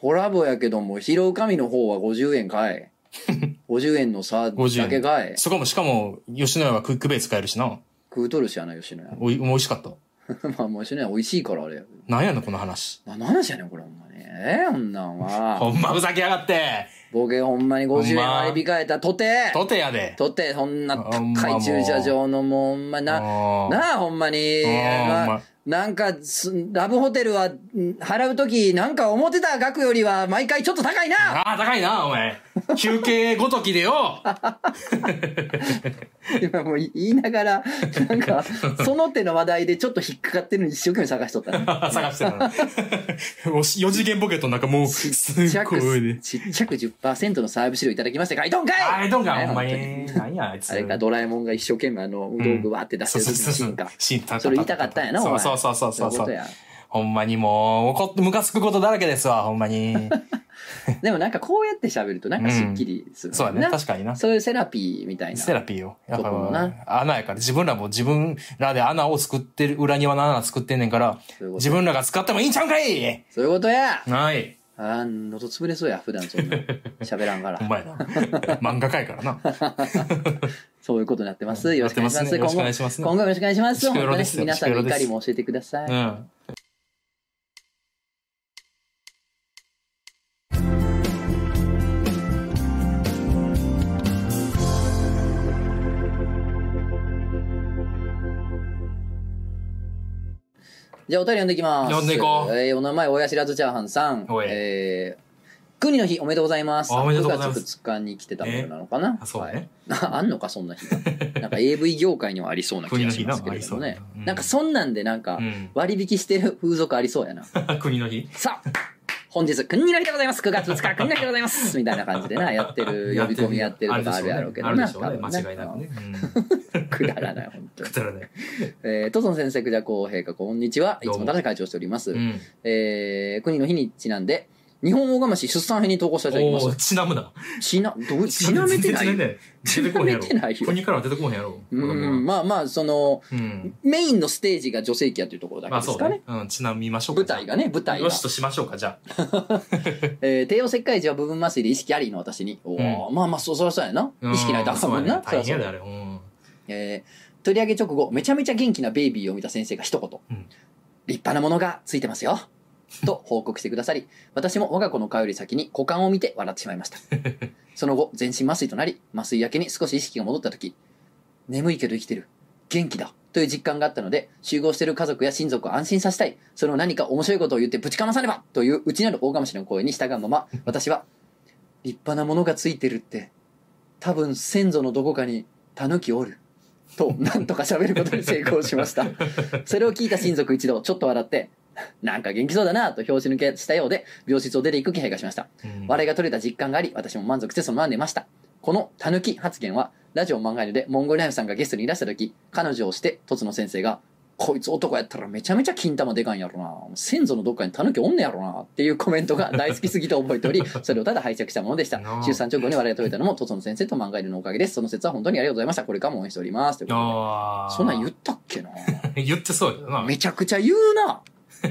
コラボやけども、拾う神の方は50円かい。50円の差だけかい。
そこも、しかも、吉野家はクイックベイ使えるしな。
食うとるしやな、吉野家。
おい、美味しかった。
<laughs> まあ、もう吉野家美味しいからあれやけど。
なんやねん、この話。
な、何しやねん、これほんまに。ええこんなんは。
<laughs> ほんまふざけやがって。
ボケほんまに50円
ほんま
割り控えたとて、
とてやで。
とて、そんな
ほんま
高い
も
う駐車場のもうほんまな、
な
なあ、ほんまに、
うん
まあ
ほんま
なんかす、ラブホテルは、ん払うとき、なんか思ってた額よりは、毎回ちょっと高い
<laughs>
な
ああ、高いな、お前。休憩ごときでよ。 <laughs>
今もう言いながら、なん
<laughs>
か、その手の話題でちょっと引っかかってるのに一生懸命探しとったね。
探してたな。 <laughs> もう4次元ポケットなんかもう、 <laughs> す
ち
っ
っちゃ
ご
く
い多いね。
ちっちゃく10%のサービス料いただきまして、ガイドンかい
あれ、どんか、
ね
ほんま
本当に
に。何や、あいつ。
あれか、ドラえもんが一生懸命あの、道具わーって出してる時のシーンか。
シーン
それ言いたかったんやな、お
そう
前。
そうそうそうそう
い
そ
こと
う。
や
ほんまにもう、怒って、ムカつくことだらけですわ、ほんまに。
でもなんかこうやって喋るとなんかすっきりする、
そうやね、
な
確かにな。
そういうセラピーみたいな。
セラピーよ。やっ
とこもな
ぱ、穴やから、自分らも自分らで穴を作ってる、裏庭の穴作ってんねんから、
そういうこと
自分らが使ってもいいんちゃうんかい
そういうことや
ない。
あー、喉潰れそうや、普段そん
<laughs>
な。喋らんから
ほん。まやな。漫画家やからな。
そういうことになってます。
うん
よろしくお願いします。
なってますね
今後、今後よろしくお願いします。
シクロ
本当に
ですよ
皆さんの
シクロ
怒
です
りも教えてください。
うん。
じゃあお便り読んでいきます。
読んでいこう
えーお名前、親知らずチャーハンさん。
おい
えー、国の日おめでとうございます。
あおめでとうございます
9月2日に来てたものなのかな。
あそうね
はい <laughs> ああんのか、そんな日が。なんか AV 業界にはありそうな気がしますけれども
<laughs> 国の日なあり
ね
そう。だな
なんかそんなんでなんか
うん
割引してる風俗ありそうやな。
国の日
さあ本日、国の日でございます !9 月2日、国の日でござい
<laughs>
ますみたいな感じでな、やってる、呼び込みやってるとかあるやろうけど
ある
な。
でしょうね。
多分
間違いなくね。
うんくだらない、本当
うん。
に
く。だらない。
えー、トソン先生、クジャコウ陛下、こんにちは。い
どう
つ
も
もただ会長しております。
うん。
えー、国の日にちなんで、日本大釜市出産編に投稿したいと思い
お
ま
ー、ちなむな。
す。ちな、どう、ちなめてない
<laughs> 全然出てこへんやろ。
ちなめてないよ
国からは出てこへんやろ。
うん、まあまあ、その、
うん。
メインのステージが女性器やというところだけ
まあ
です
そう
かね。
ね。うん、ちなみましょうか。
舞台がね、舞台が
よ。しとしましょうか、じゃあ。
えー、帝王切開時は部分麻酔で意識ありの私に。おーまあまあ、そ、そらそうやな。
うん
意識ないとあかんもんな。
そうやね大変や
そ
で、
らそう
あれ。うん。
えー、取り上げ直後、めちゃめちゃ元気なベイビーを見た先生が一言。
うん
立派なものがついてますよ。と報告してくださり、私も我が子の顔より先に股間を見て笑ってしまいました。その後、全身麻酔となり、麻酔明けに少し意識が戻った時、眠いけど生きてる。元気だ。という実感があったので、集合している家族や親族を安心させたい。その何か面白いことを言ってぶちかまさねばという内なる大釜氏の声に従うまま、私は、立派なものがついてるって、多分先祖のどこかに狸おる。と、なんとか喋ることに成功しました。それを聞いた親族一同、ちょっと笑って、なんか元気そうだなと拍子抜けしたようで、病室を出ていく気配がしました。 <laughs>
うん
笑いが取れた実感があり、私も満足してそのまま寝ました。このたぬき発言は、ラジオ漫画犬でモンゴルナイフさんがゲストにいらした時、彼女をして、とつの先生が、こいつ男やったらめちゃめちゃ金玉でかいんやろな。先祖のどっかにたぬきおんねやろな。っていうコメントが大好きすぎて覚えて
<laughs>
おり、それをただ拝借したものでした
な。あ
出産直後に笑いが取れたのも、とつの先生と漫画犬のおかげです。その説は本当にありがとうございました。これからも応援しております。ということ
あ
で
あ。
そんなん言ったっけな。
言ってそうやな。
めちゃくちゃ言う
<laughs>
な。
め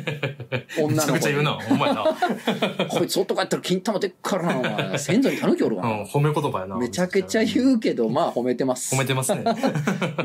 女
ちゃ
の
くち
子
ゃ言う
に
な、ほんまやな。う、
こいつ男やったら金玉でっからなお前先祖にたぬきおるわなん
褒め言葉やな。
めちゃくちゃ
う。
言うけど、まあ褒めてます。
褒めてますね。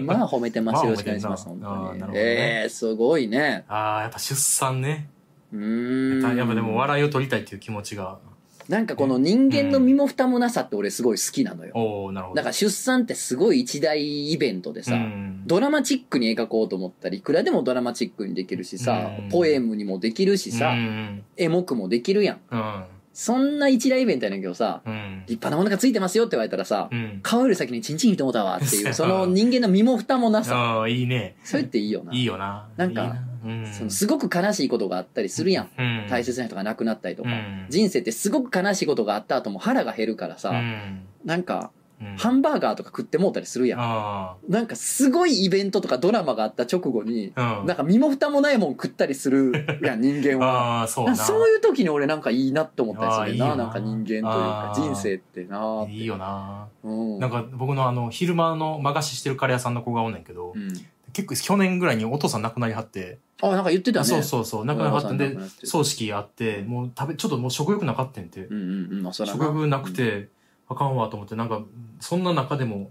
まあ褒めてま。
ますあ <laughs>
よろしくお願いします。
褒め
本
てん
当に
なあーなるほどね
ええすごいね。
ああ、やっぱ出産ね。
うーん。
やっぱでも笑いを取りたいっていう気持ちが。
なんかこの人間の身も蓋もなさって俺すごい好きなのよ。
おおなるほど。
だから出産ってすごい一大イベントでさ、
うん
ドラマチックに描こうと思ったり、いくらでもドラマチックにできるしさ
う、ん
ポエムにもできるしさ、
うん。
エモくもできるやん。
うん。
そんな一大イベントやねんけどさ、
うん。
立派なものがついてますよって言われたらさ、
うん。
顔より先にチンチン言ってもうたわって
<laughs>
いう、その人間の身も蓋もなさ、
ああ、いいね。
それっていいよな。
いいよな。
なんか
いいうん。
そのすごく悲しいことがあったりするやん。
うん
大切な人が亡くなったりとか。
うん
人生ってすごく悲しいことがあった後も腹が減るからさ、
うん。
なんか、
うん
ハンバーガーとか食ってもうたりするやん。
あ
なんかすごいイベントとかドラマがあった直後に、
あ。うん。
なんか身も蓋もないもん食ったりするやん、人間は。
<laughs> ああ、そう
なん
な。
かそういう時に俺なんかいいなって思ったりする
あーいい
な。
よな
なんか人間というか、
あー
人生ってなーって
いいよな。
うん。
なんか僕のあの、昼間のまがししてるカレー屋さんの子がおんねんけど
う、ん
結構去年ぐらいにお父さん亡くなりはって、
あ、なんか言ってたね。
そうそうそう、亡くなりはったん
お
で
父さん亡くなって、
葬式あって、もう食べ、ちょっともう食欲なかったんて
う。んうんうんまあそら
食欲なく。て、あかんわと思って、なんか、そんな中でも、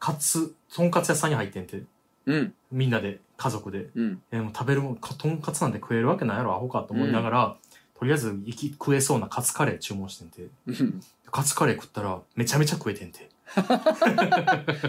カツ、とんかつ屋さんに入ってんて。
うん、
みんなで、家族で。
うん。 <laughs>
えーもう食べるもん、かとんかつなんて食えるわけないやろ、アホかと思いながら、とりあえず生き食えそうなカツカレー注文してんて。
うん
カツカレー食ったら、めちゃめちゃ食えてんて。 <laughs>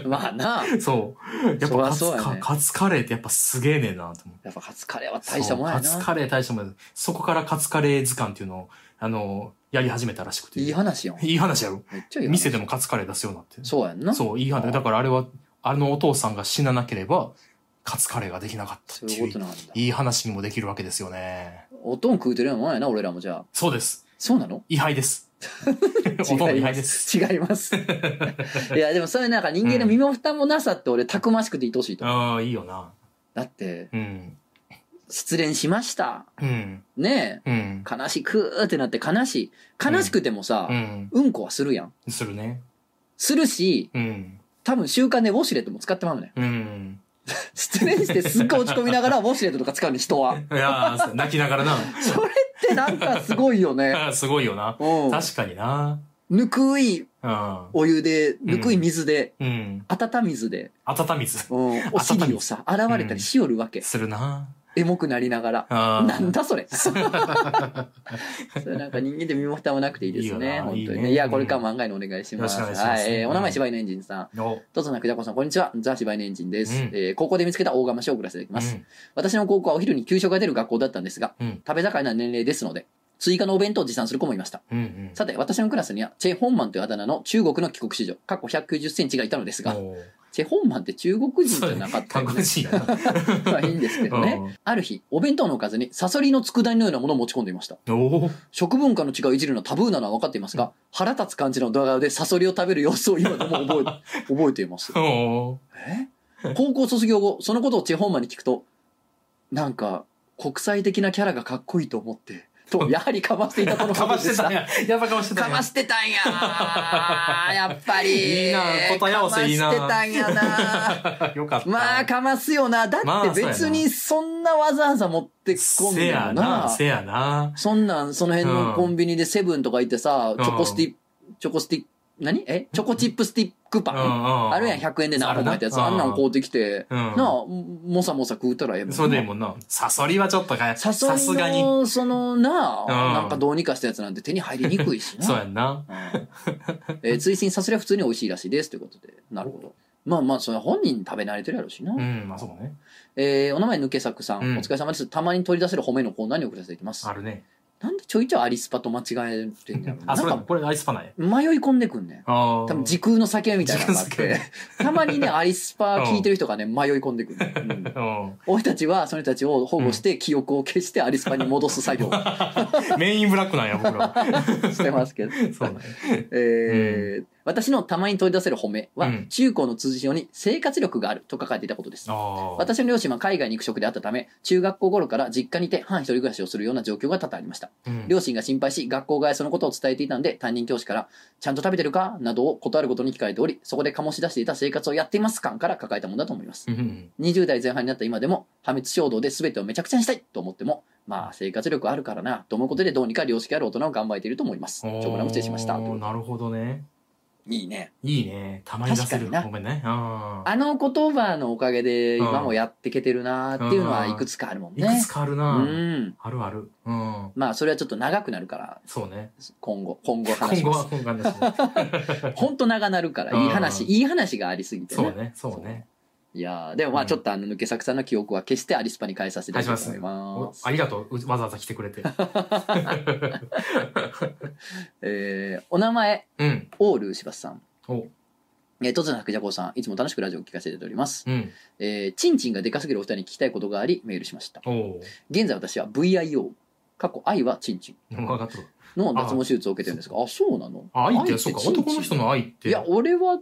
まあな。
そう。やっ
そり
ぱ
ゃ
カツ
そうや
カ、
ね
カツカレーってやっぱすげえねえなと思って。
やっぱカツカレーは大したもんや
そうカツ
な。
カレー大したもんやそこからカツカレー図鑑っていうのを、あの、やり始めたらしくて。
いい話やん。
いい話やろ。
めっちゃいい話。
店でもカツカレー出すようになって。
そうやんな。
そう、いい話。だからあれは、あのお父さんが死ななければ、カツカレーができなかった
そ
っ
う
て
いう
い
ことな
う。
んだ。
いい話にもできるわけですよね。
おとん食うてるようなもんやな、俺らもじゃあ。
そうです。
そうなの
位
<laughs>
牌です。 <laughs> おとんの位牌です。
違います。違い
<laughs>
ますいや、でもそういうなんか人間の身も蓋もなさって俺、たくましくて愛おしいと思う。
ああ、いいよな。
だって、
うん。
失恋しました。
うん。
ね
う
え。
ん。
悲しくーってなって悲しい。悲しくてもさ、
うん。
うんこはするやん。
するね。
するし、
うん。
多分習慣でウォシュレットも使ってまうねん。
うん。
失恋してすっごい落ち込みながらウォシュレットとか使うねん、人は。
いやー、泣きながらな。 <laughs>
それってなんかすごいよね。
あーすごいよな。
うん。
確かにな。
ぬくい
うん。
お湯で、ぬくい水で、
うん。
温水で、
温水
うん、お尻をさ、洗われたりしよるわけ。
するな。
エモくなりながら。
あ
な
あ
ん。だ
<laughs>
それ。 <laughs> それなんか人間で身も蓋もなくていいです
いいよ
ね。
な
本当にね。
い
い
いね
や、これからも漫画のお願いします。
よろしくお願いします
はい。えー
うん
お名前、柴犬エンジンさん。
の。
とつなくじゃこさん、こんにちは。ザ・柴犬エンジンです。
うん
えー高校で見つけた大釜を送らせていただきます。
うん
私の高校はお昼に給食が出る学校だったんですが、
うん
食べ盛りな年齢ですので、追加のお弁当を持参する子もいました。
うんうん。
さて、私のクラスには、チェ・ホンマンというあだ名の中国の帰国子女、過去190センチがいたのですが、
おー
チェ・ホンマンって中国人じゃなかった
韓
よ
国
ね。
人やな。
<laughs> まあいいんですけどね。ある日、お弁当のおかずにサソリの佃煮のようなものを持ち込んでいました。
うんおー
食文化の違いをいじるのはタブーなのは分かっていますが、腹立つ感じのドヤ顔でサソリを食べる様子を今でも覚
<laughs>
え、覚えています。 <laughs>
おー
高校卒業後、そのことをチェ・ホンマンに聞くと、なんか、国際的なキャラがかっこいいと思って、
<laughs>
と、やはりかましていたとのこ
か
と
ま
で
して
した
たん。や。やばかましてた
か
んや
ま。してたんや
<laughs>
やっぱり
いいな答え合わせいいな
かましてたんやな
<laughs> よかった。
まあかますよなだ
ま
っ
あそう
て
やな
別にそんなわざわざ持ってこん
せ
で
や
も
な、
な
せやな。
そんなんその辺のコンビニでセブンとか行ってさ、
うん
チョコスティチョコスティ何えチョコチップスティックパ
う
ン、
ん
あるやん100円で何本も入ったやつ
あるな
あんなん買うてきて、
うん
なあもさもさ食うたらええもんな
そうでもんな。サソリはちょっとか
さ
さ
す
す
が
がに。
にそのなあ、
うん
なんかどうにかしたやつなんて手に入りにくいしな
そうやんな。
えー、追伸さすりゃ普通に美味しいらしいですということで。なるほど。まあまあ、それは本人食べ慣れてるやろうしな。
うん、まあそうね。
えーお名前抜け作さん,、
うん
お疲れ様です。たまに取り出せる褒めのコーナーに送らせていきます
あ。るね。
なんでちょいちょいアリスパと間違えてんだろうな。
あ、それ
なんか
これアイスパナや。
迷い込んでくんねん。
ああ。
多分時空の避けみたいなのがあっ
時空の
て。たまにね、アリスパ聞いてる人がね、迷い込んでくる、うん。
うん。
俺たちはその人たちを保護して、記憶を消してアリスパに戻す作業を
<laughs> メインブラックなんや、
<laughs>
僕ら。
してますけど。
そうね。
えー私のたまに取り出せる褒めは、
うん
中高の通じ表に生活力があると書かれていたことです。
ああ。
私の両親は海外に行く職であったため、中学校頃から実家にて半一人暮らしをするような状況が多々ありました。
うん
両親が心配し、学校外そのことを伝えていたので、担任教師から、ちゃんと食べてるかなどを断ることに聞かれており、そこで醸し出していた生活をやっています感から抱えたものだと思います。
うん
20代前半になった今でも破滅衝動で全てをめちゃくちゃにしたいと思ってもまあ生活力あるからなと思うことでどうにか良識ある大人を頑張れていると思います。
おー
長文乱失礼しました。
なるほどね。
いいね。
いいね。たまに出せる。
確かにな
ごめんね。うん
あの言葉のおかげで今もやってけてるなーっていうのはいくつかあるもん
い
ね。
くつかある
う
な。
ん。
あるある。うん。
まあそれはちょっと長くなるから
そうね。
今後今後話
今
し
後
ま
は
す。
今後はね。
ほんと長なるからいい話
うん
いい話がありすぎて
そう
ね。 <laughs>
ね、そうね。
いやーでもまあちょっとあの抜け作さんの記憶は決してアリスパに変えさせていただきたいと思い
お
ます
あ。りがとう、うわざわざ来てく
<laughs>
れて。
えーお名前
うん。
オール柴田さん。
お、
えー、とつなくじゃこさん、いつも楽しくラジオを聞かせていただいております。
うん。
えー、ちんちんがでかすぎるお二人に聞きたいことがあり、メールしました。
お
現在私は VIO、過去愛はちんちん
分かった。
の脱毛手術を受けてるんですが、あそうなの
あ、愛って、そうか、
チンチン
男の人の愛って。
いや、俺は、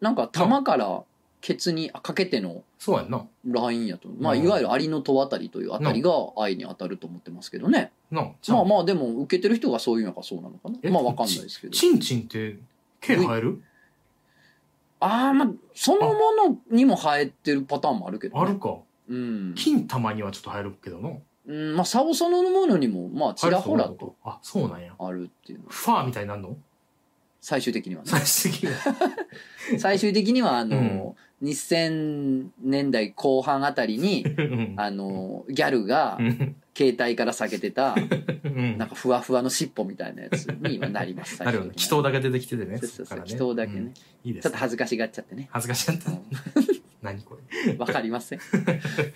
なんか、玉からケツにあかけての
そうやんな。
ラインやと。まあ、
うん
いわゆるアリの戸あたりというあたりが愛に当たると思ってますけどね。
なあ、
まあ
あ。
まあ、でも、受けてる人がそういうのかそうなのか
え
な。まあ、わかんないですけど。
チンチンって、毛生える
ああ、まあ、そのものにも生えてるパターンもあるけど、ね。
あるか。
うん。
金玉にはちょっと生えるけどな。
うん、まあ、サオそのものにも、まあ、ちらほらと。
あ、そうなんや。
あるっていうの。
ファーみたいになるの
最終的にはね。
<laughs> 最終的には。
最終的には、あの、2000年代後半あたりに、
うん
あの、ギャルが
うん
携帯から下げてた、
うん。
なんかふわふわの尻尾みたいなやつに今なります。
<laughs> なるほど。祈祷だけ出てきててね。
そうそうそう
っから
祈祷だけね
うんいいで
ちょっと
すね。
恥ずかしがっちゃってね。
恥ずかしかった。何こ
わかりま
<laughs>
せん。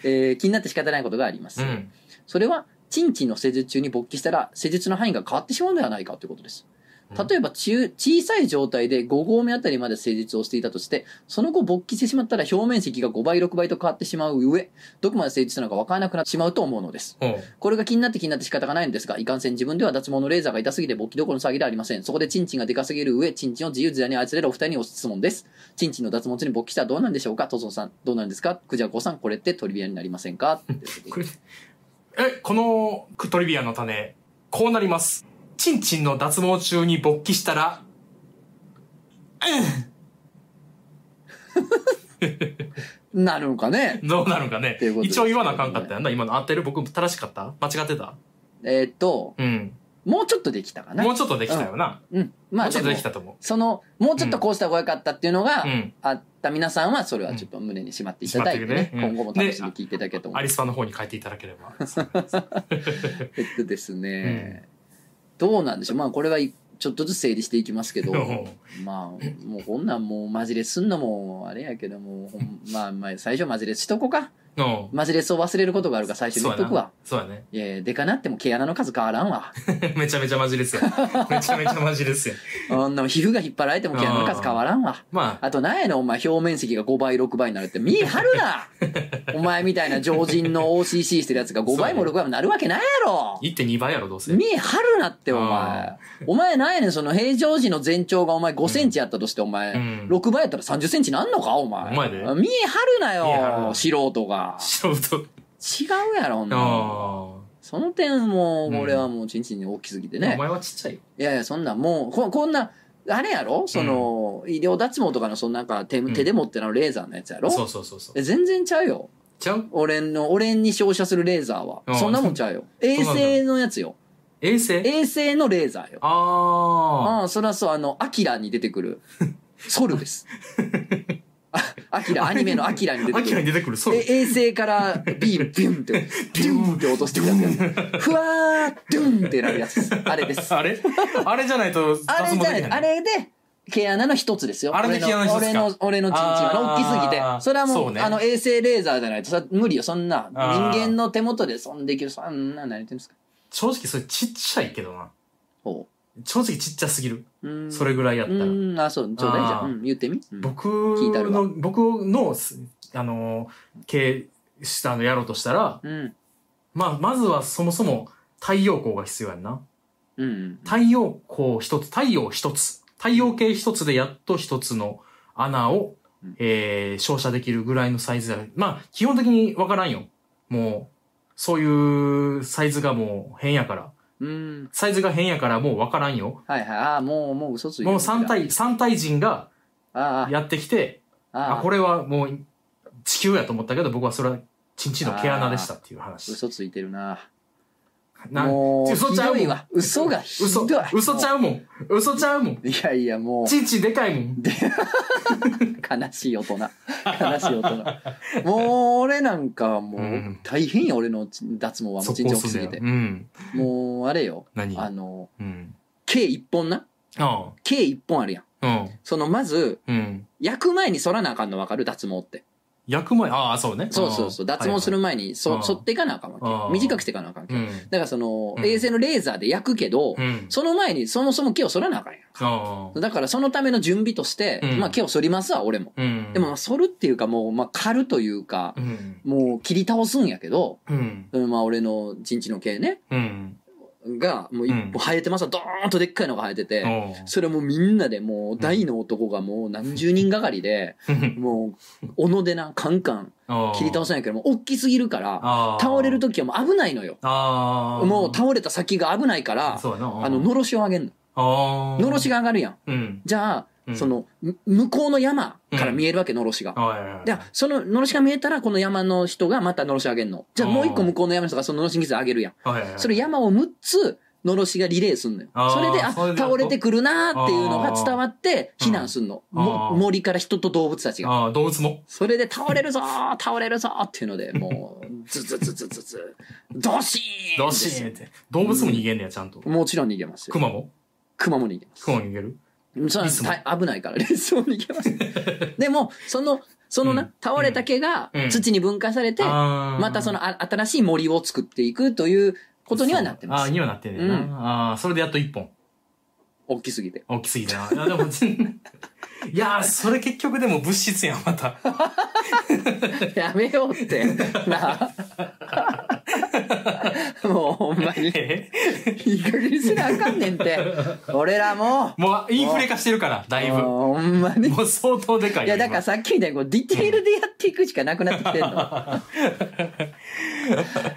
えー気になって仕方ないことがあります。
れ。うん。
それは、チンチンの施術中に勃起したら、施術の範囲が変わってしまうのではないかということです。例えば、中小さい状態で5合目あたりまで施術をしていたとして、その後勃起してしまったら表面積が5倍、6倍と変わってしまう上、どこまで施術なのか分からなくなってしまうと思うのです。
うん。
これが気になって気になって仕方がないんですが、いかんせん自分では脱毛のレーザーが痛すぎて勃起どころの騒ぎではありません。そこでチンチンがでかすぎる上、チンチンを自由自在に操れるお二人にお質問です。チンチンの脱毛中に勃起したらどうなんでしょうかトゾンさん、どうなんですかクジャコさん、これってトリビアになりませんかってことで
これえ、このクトリビアの種、こうなります。チンチンの脱毛中に勃起したら、
<laughs> なるのかね
どうなるかね
ということ。です
一応言わなあかんかったやんな。今の合ってる僕正しかった間違ってた
えーっと、
うん。
もうちょっとできたかな
もうちょっとできたよな。
うん。ま
も
あ
うち
で
ょっと
も
できたと思
その、もうちょっとこうした方が良かったっていうのが
う。うん。
あった皆さんは、それはちょっと胸にしまっていただいて
うんしまっ
ね
て。ねうん
今後も楽しみに聞いていただけると思
ア
いま
リ
す。
スパの方に変えていただければ。 <laughs>
えっとですね、どうなんでしょう。まあこれはいちょっとずつ整理していきます
<laughs>
けど、まあ、もうこんなんもうマジレスすんのもあれやけども、ほんまあ、まあ、最初マジレスしとこうか。
うん
マジレスを忘れることがあるから最初に
そう
言
や
っとくわ
な。。そうやね。
いやいやでかなっても毛穴の数変わらんわ。
<laughs> めちゃめちゃマ
<laughs>
ジですよ。めちゃめちゃマジですよ。
あんな皮膚が引っ張られても毛穴の数変わらんわ。
まあ、
あと、なんやねん、お前、表面積が5倍、6倍になるって、見え張る
<laughs>
なお前みたいな常人の OCC してるやつが5倍も6倍もなるわけないやろ
1.2倍やろ、どうせ。
見え張るなって、お
う
前。お前、なんやねん、その平常時の全長がお前5センチやったとして、お
う
前、
ん。
6倍やったら30センチなんのかお前。
お前で
見え張るな
見え張る
よ、
な
素人が。
素人。
違うやろ、お前。
あ
その点、も
うん
う、俺はもう、ちんちんに大きすぎて
あ。
ね。
お前はちっちゃいよ。
いやいや、そんなんもう、ここんな、あれやろその、医療脱毛とかの、そのなんか手、
ん
手で持ってのレーザーのやつやろ、
そうそうそうそう。
え全然ちゃうよ。
ちゃう
俺の、俺に照射するレーザーは
あ。あ
そんなもんちゃう
<laughs>
よ。衛
なんだ
星のやつよ。
衛星
衛星のレーザーよ。
ああ。
ああ、そらそう、あの、アキラに出てく
<laughs>
る。ソルです。あアキラ、アニメのアキラに出て
ア
く
キラ
る。
に出てくる。そう。
え衛星からビー
<laughs>
ム、ビュンって、ビュンって落としてくるやつ。ふわー、ドゥンってなるやつです。あれです。
あれあれじゃないと、
あれじゃない、あ
れ
れで、毛穴の一つですよ。
あれで毛穴の一つか
俺の、俺の、俺のチンチンは
あー
大きすぎて。それはも、
そううね
あの、衛星レーザーじゃないと、さ無理よ、そんな。人
あー
間の手元でそんできる、そんな、何言ってんですか。
正直それちっちゃいけどな。
ほ
正直ちっちゃすぎる。
う。うーん
それぐらいや
う
ったら。
ーん、あ、そう、ちょうだいじゃ
あ
ん。
ー
うん、言ってみ。うん
僕
聞いたるわ
の、僕のす、あの、経営したのやろうとしたら、
うん。
まあ、まずはそもそも太陽光が必要やんな。
うん。
太陽光一つ、太陽一つ、太陽系一つでやっと一つの穴を
うん、
えー、照射できるぐらいのサイズだ。まあ、基本的にわからんよ。もう、そういうサイズがもう変やから。
うん。
サイズが変やからもうわからんよ。
はいはい。ああ、もう、もう嘘ついてる
もう三。体、三体人が
あー
やってきて、
あー、
あ
あ
こ
れ。
れはもう地球やと思ったけど、僕はそれはチンチンの毛穴でしたっていう話。
嘘ついてるな。
な
もう、
嘘
ひ
ちゃう
ど
も
い
ん
わ。嘘がひど
嘘
い。、
嘘ちゃうもん。嘘ちゃうもん。
いやいや、もう。
チンチンでかいもん。
悲しい大人。悲しい大人。もう俺なんかはも
う
うん大変よ、俺の脱毛は。もうちんちん大きすぎて
う。ん。
もうあれよ、
何
あの、
うん。
毛一本な。
あ
毛一本あるやん。
あ。うん。
そのまず、
うん。
焼く前に剃らなあかんの分かる脱毛って。
焼く前、ああ、そうね。
そうそうそう。脱毛する
も
前にそ
うん
剃っていかなあかんわ
うん
け。短くしていかなあかんけ。
う
だ
ん。
からその
う、ん
衛星のレーザーで焼くけど
う、ん。
その前にそもそも毛を剃らなあかんや
ああ
ん。だからそのための準備として
う、ん
まあ毛を剃りますわ、俺も。
うん。
でもまあ、剃るっていうかもう、まあ狩るというか
う、ん。
もう切り倒すんやけど、
うん。
うんまあ俺の陣地の毛ね、
うん。
が、もう一
うん
歩生えてますわドーンとでっかいのが生えて
お
て、
う
それもうみんなでもう大の男がもう何十人がかりで、もう、おのでな、カンカン
おう
切り倒せないけども、大きすぎるから、
ああ
倒れる時はもう危ないのよ。
ああ。
もう倒れた先が危ないから、
そうやな。
あの、のろしを上げん
あ
の。
あ。
のろしが上がるやん。
うん。
じゃあ、
うん
そ、の、む向こうの山から見えるわけ、のろしが。
ああいやいやいや
で、その、のろしが見えたら、この山の人がまたのろし上げんの。じゃあもう一個向こうの山の人がそののろしにつ上げるやん。
ああいやいやいや
それ山を6つのろしがリレーすんのよ。
あー
それで、あ、
それで
倒れてくるなーっていうのが伝わって、
あー
避難すんの。
うんあ
も
ー
森から人と動物たちが。
ああ、動物も。
それで、倒れるぞー倒れるぞーっていうので、もう、ズズズズズズ、ドシーン
どしーんって。動物も逃げんねや、ちゃんと。
もちろん逃げますよ。
熊も
熊も逃げます。
熊も逃げる
そうなんです
リスも
た危ないから、レースも逃げます。
<laughs>
でも、その、そのな、
うん
倒れた毛が
うん
土に分解されて、
あー
またそのあ新しい森を作っていくということにはなってま
そうああ、
す。
にはなってんねんな。
うん
ああ、それでやっと一本。
大きすぎて。
大きすぎたな。いや、でも、いやー、それ結局でも物質やん、また。
やめようって。なあもうほんまに、
え
いい加減にせなあかんねんって。俺らも、
もう、インフレ化してるから、だいぶ。も
ほんまに。いう
相当でかい。
や、だからさっきみたいにこうディテールでやっていくしかなくなってき
<laughs>
てんの。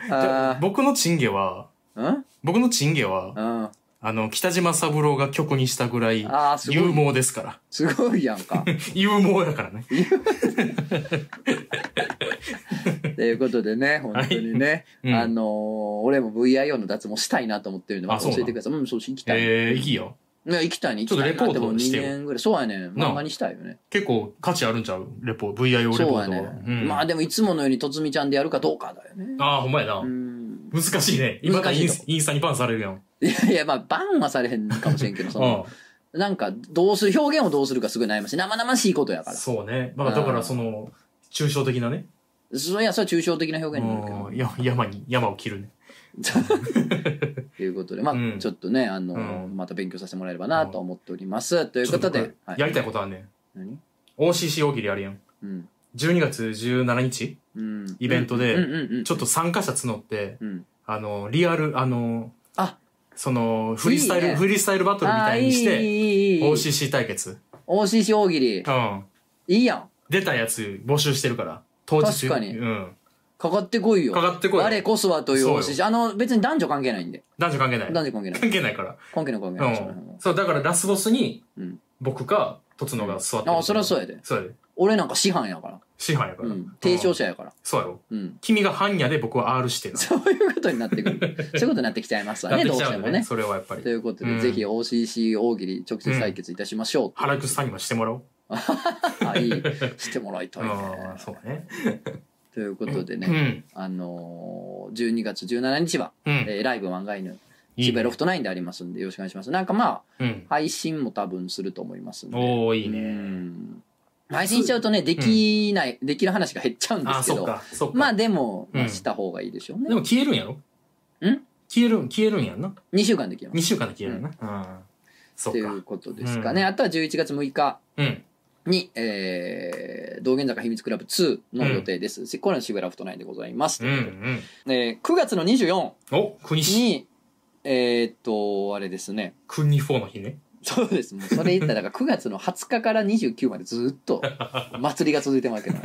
あ
僕のチンゲは、
ーうん
僕のチンゲは、
うん。
あの、北島三郎が曲にしたぐらい
あーす、ごい
勇猛ですから。
すごいやんか。
勇猛だからね。
ということで
<laughs>
ね、本当にね、
うん
あのー俺も VIO の脱毛したいなと思ってるの
あそう
教
なの
えてください。うん、そうし、行きたい。
えー、いいよ。
ね行きたいね、行
ちょ
き
っと
たい
レポート
な。でも
して
2
よ
年ぐらい。そうやねん。
なあ
漫画にしたいよね。
結構価値あるんちゃうレポ、VIO レポ
そう
ー
や
ト
ね
は。うん、
まあでもいつものようにとつみちゃんでやるかどうかだよね。
ああ、ほんまやな。
うん。
難しいね。今からイ
難
ン
しい
スインスタにバンされるやん。
いやいや、まあ、バンはされへんかもしれんけど、その、
う
なんか、どうする、表現をどうするかすごい悩むし、生々しいことやか
ん。
ら。
そうね。まあ、だからその、抽象的なね。
そいや、それは抽象的な表現になるけど
うん。や山に、山を切るね。。
と <laughs> いうことで、まあ、
うん
ちょっとね、あのー、
うん
また勉強させてもらえればなと思っております。ということ
ちょっ
で
と、
は
僕やりたいことはね、
何
OCC 大喜利あるやん。
うん。
12月17日、
うん
イベントで
うんうんうん
ちょっと参加者募って、
うん
あの、リアル、あの、
あ
その、フリースタイル、
いいね
フリースタイルバトルみたいにし
あーい
て、
いいいいいい
OCC 対決。
OCC 大喜利
うん。
いいやん
出たやつ募集してるから。当日中
確かに
うん。
かかってこいよ
かかってこいよ
我こそはという
そうよ
OCC あの別に男女関係ないんで
男女関係ない。
男女関係
<laughs>
ない
関係ないから。
関係ない関係
う
ないその辺
ん
は。
そう、だからラスボスに
うん、
僕か、とつのが座って
あそりゃそう
う
やで
そうやで。
俺なんか師範やから
師範やから。
うん提唱者
者。
やから
そうやろ。
うん <laughs>
君が般若で僕は R してる。
そういうことになってく
<laughs>
るそういうことになってきちゃいますわ
なっ
ね
て
ど
き
う
ち
し
ゃ
て
うん
も
だね。
ね
それはやっぱり
と。いうこと
う
で
ん
ぜひ OCC 大喜利直接対決いたしましょ
原口さんにもしてもらおう。
うあ
<laughs>
いいしてもらいたいね
ああ、そうだね。
ということで
う
ね
ん。
あのー12月17日は
うん。
えーライブ漫画犬
いいね
千葉ロフトナインでありますんでよろしくお願いしますなんかまあ
うん。
配信も多分すると思いますんで
おー、いいうね。
ん配信しちゃうとねできない、できる話が減っちゃうんで
ああ、
すけ
そっ
ど
か。そっか。
まあでも、まあ
うん
した方がいいでしょう
で
ね
も消えるんやろん消えるん、消えるんやんな。
2週間できま
2
す
週間で消えるな。うん。そ
と
っ
い
か。
うことですかね、
う
あとは11月6日
うん。
に、えー、道玄坂秘密クラブ2の予定です、これは渋谷ロフトナインでございます、
うん。
えー9月の24
うん。お、国し、
にえーっとあれですね <laughs>
国4の日ね。
そうです。もうそれ言ったら、だから9月の20日から29までずっと祭りが続いてますけ
<laughs>
ど。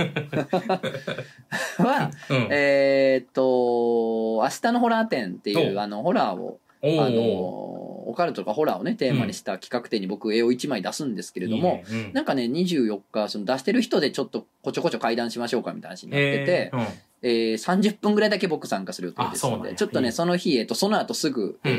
は、
うん。
えーっと、明日のホラー展っていう、
お
あの、ホラーを、
お
あの、
ー。
オカルトとかホラーをね、テーマにした企画展に僕、絵を1枚出すんですけれども、
いいね、うん
なんかね、24日、その出してる人でちょっとこちょこちょ会談しましょうかみたいな話になってて、
えーうん
えー30分ぐらいだけ僕参加する予定です
あそう
の
なん
で、
や
ちょっとね、
いい
その日、えっと、その後すぐ、
うん
え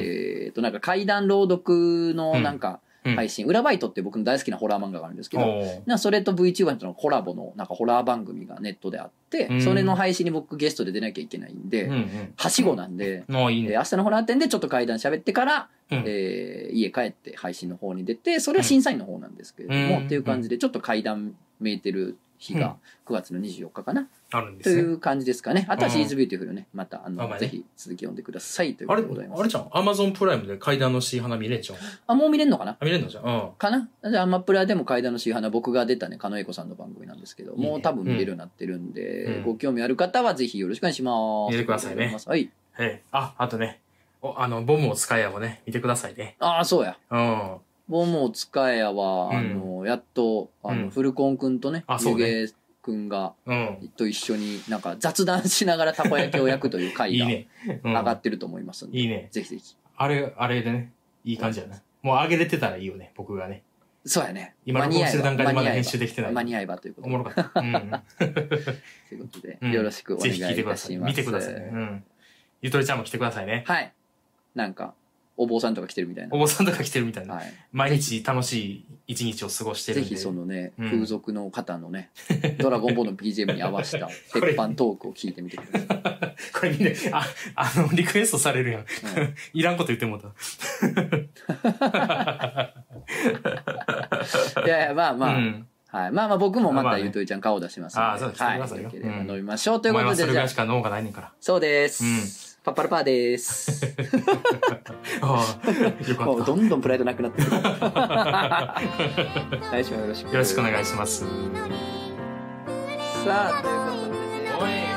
ーっと、なんか怪談朗読のなんか、
うん
配信、裏バイトって僕の大好きなホラー漫画があるんですけど、
おー
なそれと VTuber とのコラボのなんかホラー番組がネットであって、
うん
それの配信に僕ゲストで出なきゃいけないんで、
うんうん。
はしごなんで、
ああ、いい
えー
ね。
明日のホラー展でちょっと怪談喋ってから、
うん
えー家帰って配信の方に出て、それは審査員の方なんですけれども、
うん
っていう感じでちょっと怪談めいてる日が9月の24日かな、
あるんで
と
す
い
ね。
う感じですかね。あとは
うん
シリーズビューティフルね、またあの、
あまあね
ぜひ続き読んでくださいというこ
あ
と
れ、
でございま
あ
す。
れじゃん。アマゾンプライムで階段のシーハナ見れんじゃん。
あ、もう見れんのかな
あ、見れんのじゃん。うん。
かなじゃあアマプラでも階段のシーハナ僕が出たね狩野英孝さんの番組なんですけど
いいね
もう多分見れるようになってるんで、
うん
ご興味ある方はぜひよろしくお願いします
見てくださいね
はい
ええ。あ、あとね。お、あの、ボムを使えやをね、見てくださいね。
ああそうや
うん。
ボムを使えやは、
うん
あのやっとあの、
うん
フルコンくんとね
あそ
ゆ
うね
げ、くんが
うん。
と一緒になんか雑談しながらたこ焼きを焼くという
い
回
い
が
ね。うん
上がってると思いますんで、
いいね。
ぜひぜひ
あれ、あれでね、いい感じやな。もう上げれてたらいいよね、僕がね。
そうやね
今
間に合えば
録音してる段階でまだ編集できてない
間に合えばということ
お
で
もろかった。うん。
ということで、
う
<laughs>
ん
よろしくお願
ぜ
いい
ひ聞いてく
た
ださい。
します
見てくださいね。うん。ゆとりちゃんも来てくださいね。
はいなんかお坊さんとか来てるみたいな
お。坊さんとか来てるみたいな。
はい。
毎日楽しい一日を過ごしてる
ぜ
んで。
ひそのね、
うん
風俗の方のね、ドラゴンボールの BGM に合わせ
<laughs>
た
こ
鉄
れ
板トークを聞いてみてください。
これみんな、あ、あの、リクエストされるやん。
うん
いらんこと言ってもうた。
いやいや、まあまあ、
うん。
はい。まあまあ僕もま
まあ
た
ね
ゆとりちゃん顔出しますので。
ああそうです
はい。
来てくださいよ
というわけで
うん
飲みましょうとい
お
うこと
前はそ
で、
れ
じ
ぐ
ゃ
ら
あ
いし、か脳がないねんから。
<laughs> そうで
うん
す。パッパラパーです。
ああ、よか
もう
った。
どんどんプライドなくなってくる。<laughs>
<laughs>
来週もよろしく。
よろしくお願いします。
さあ、ということでね。
おい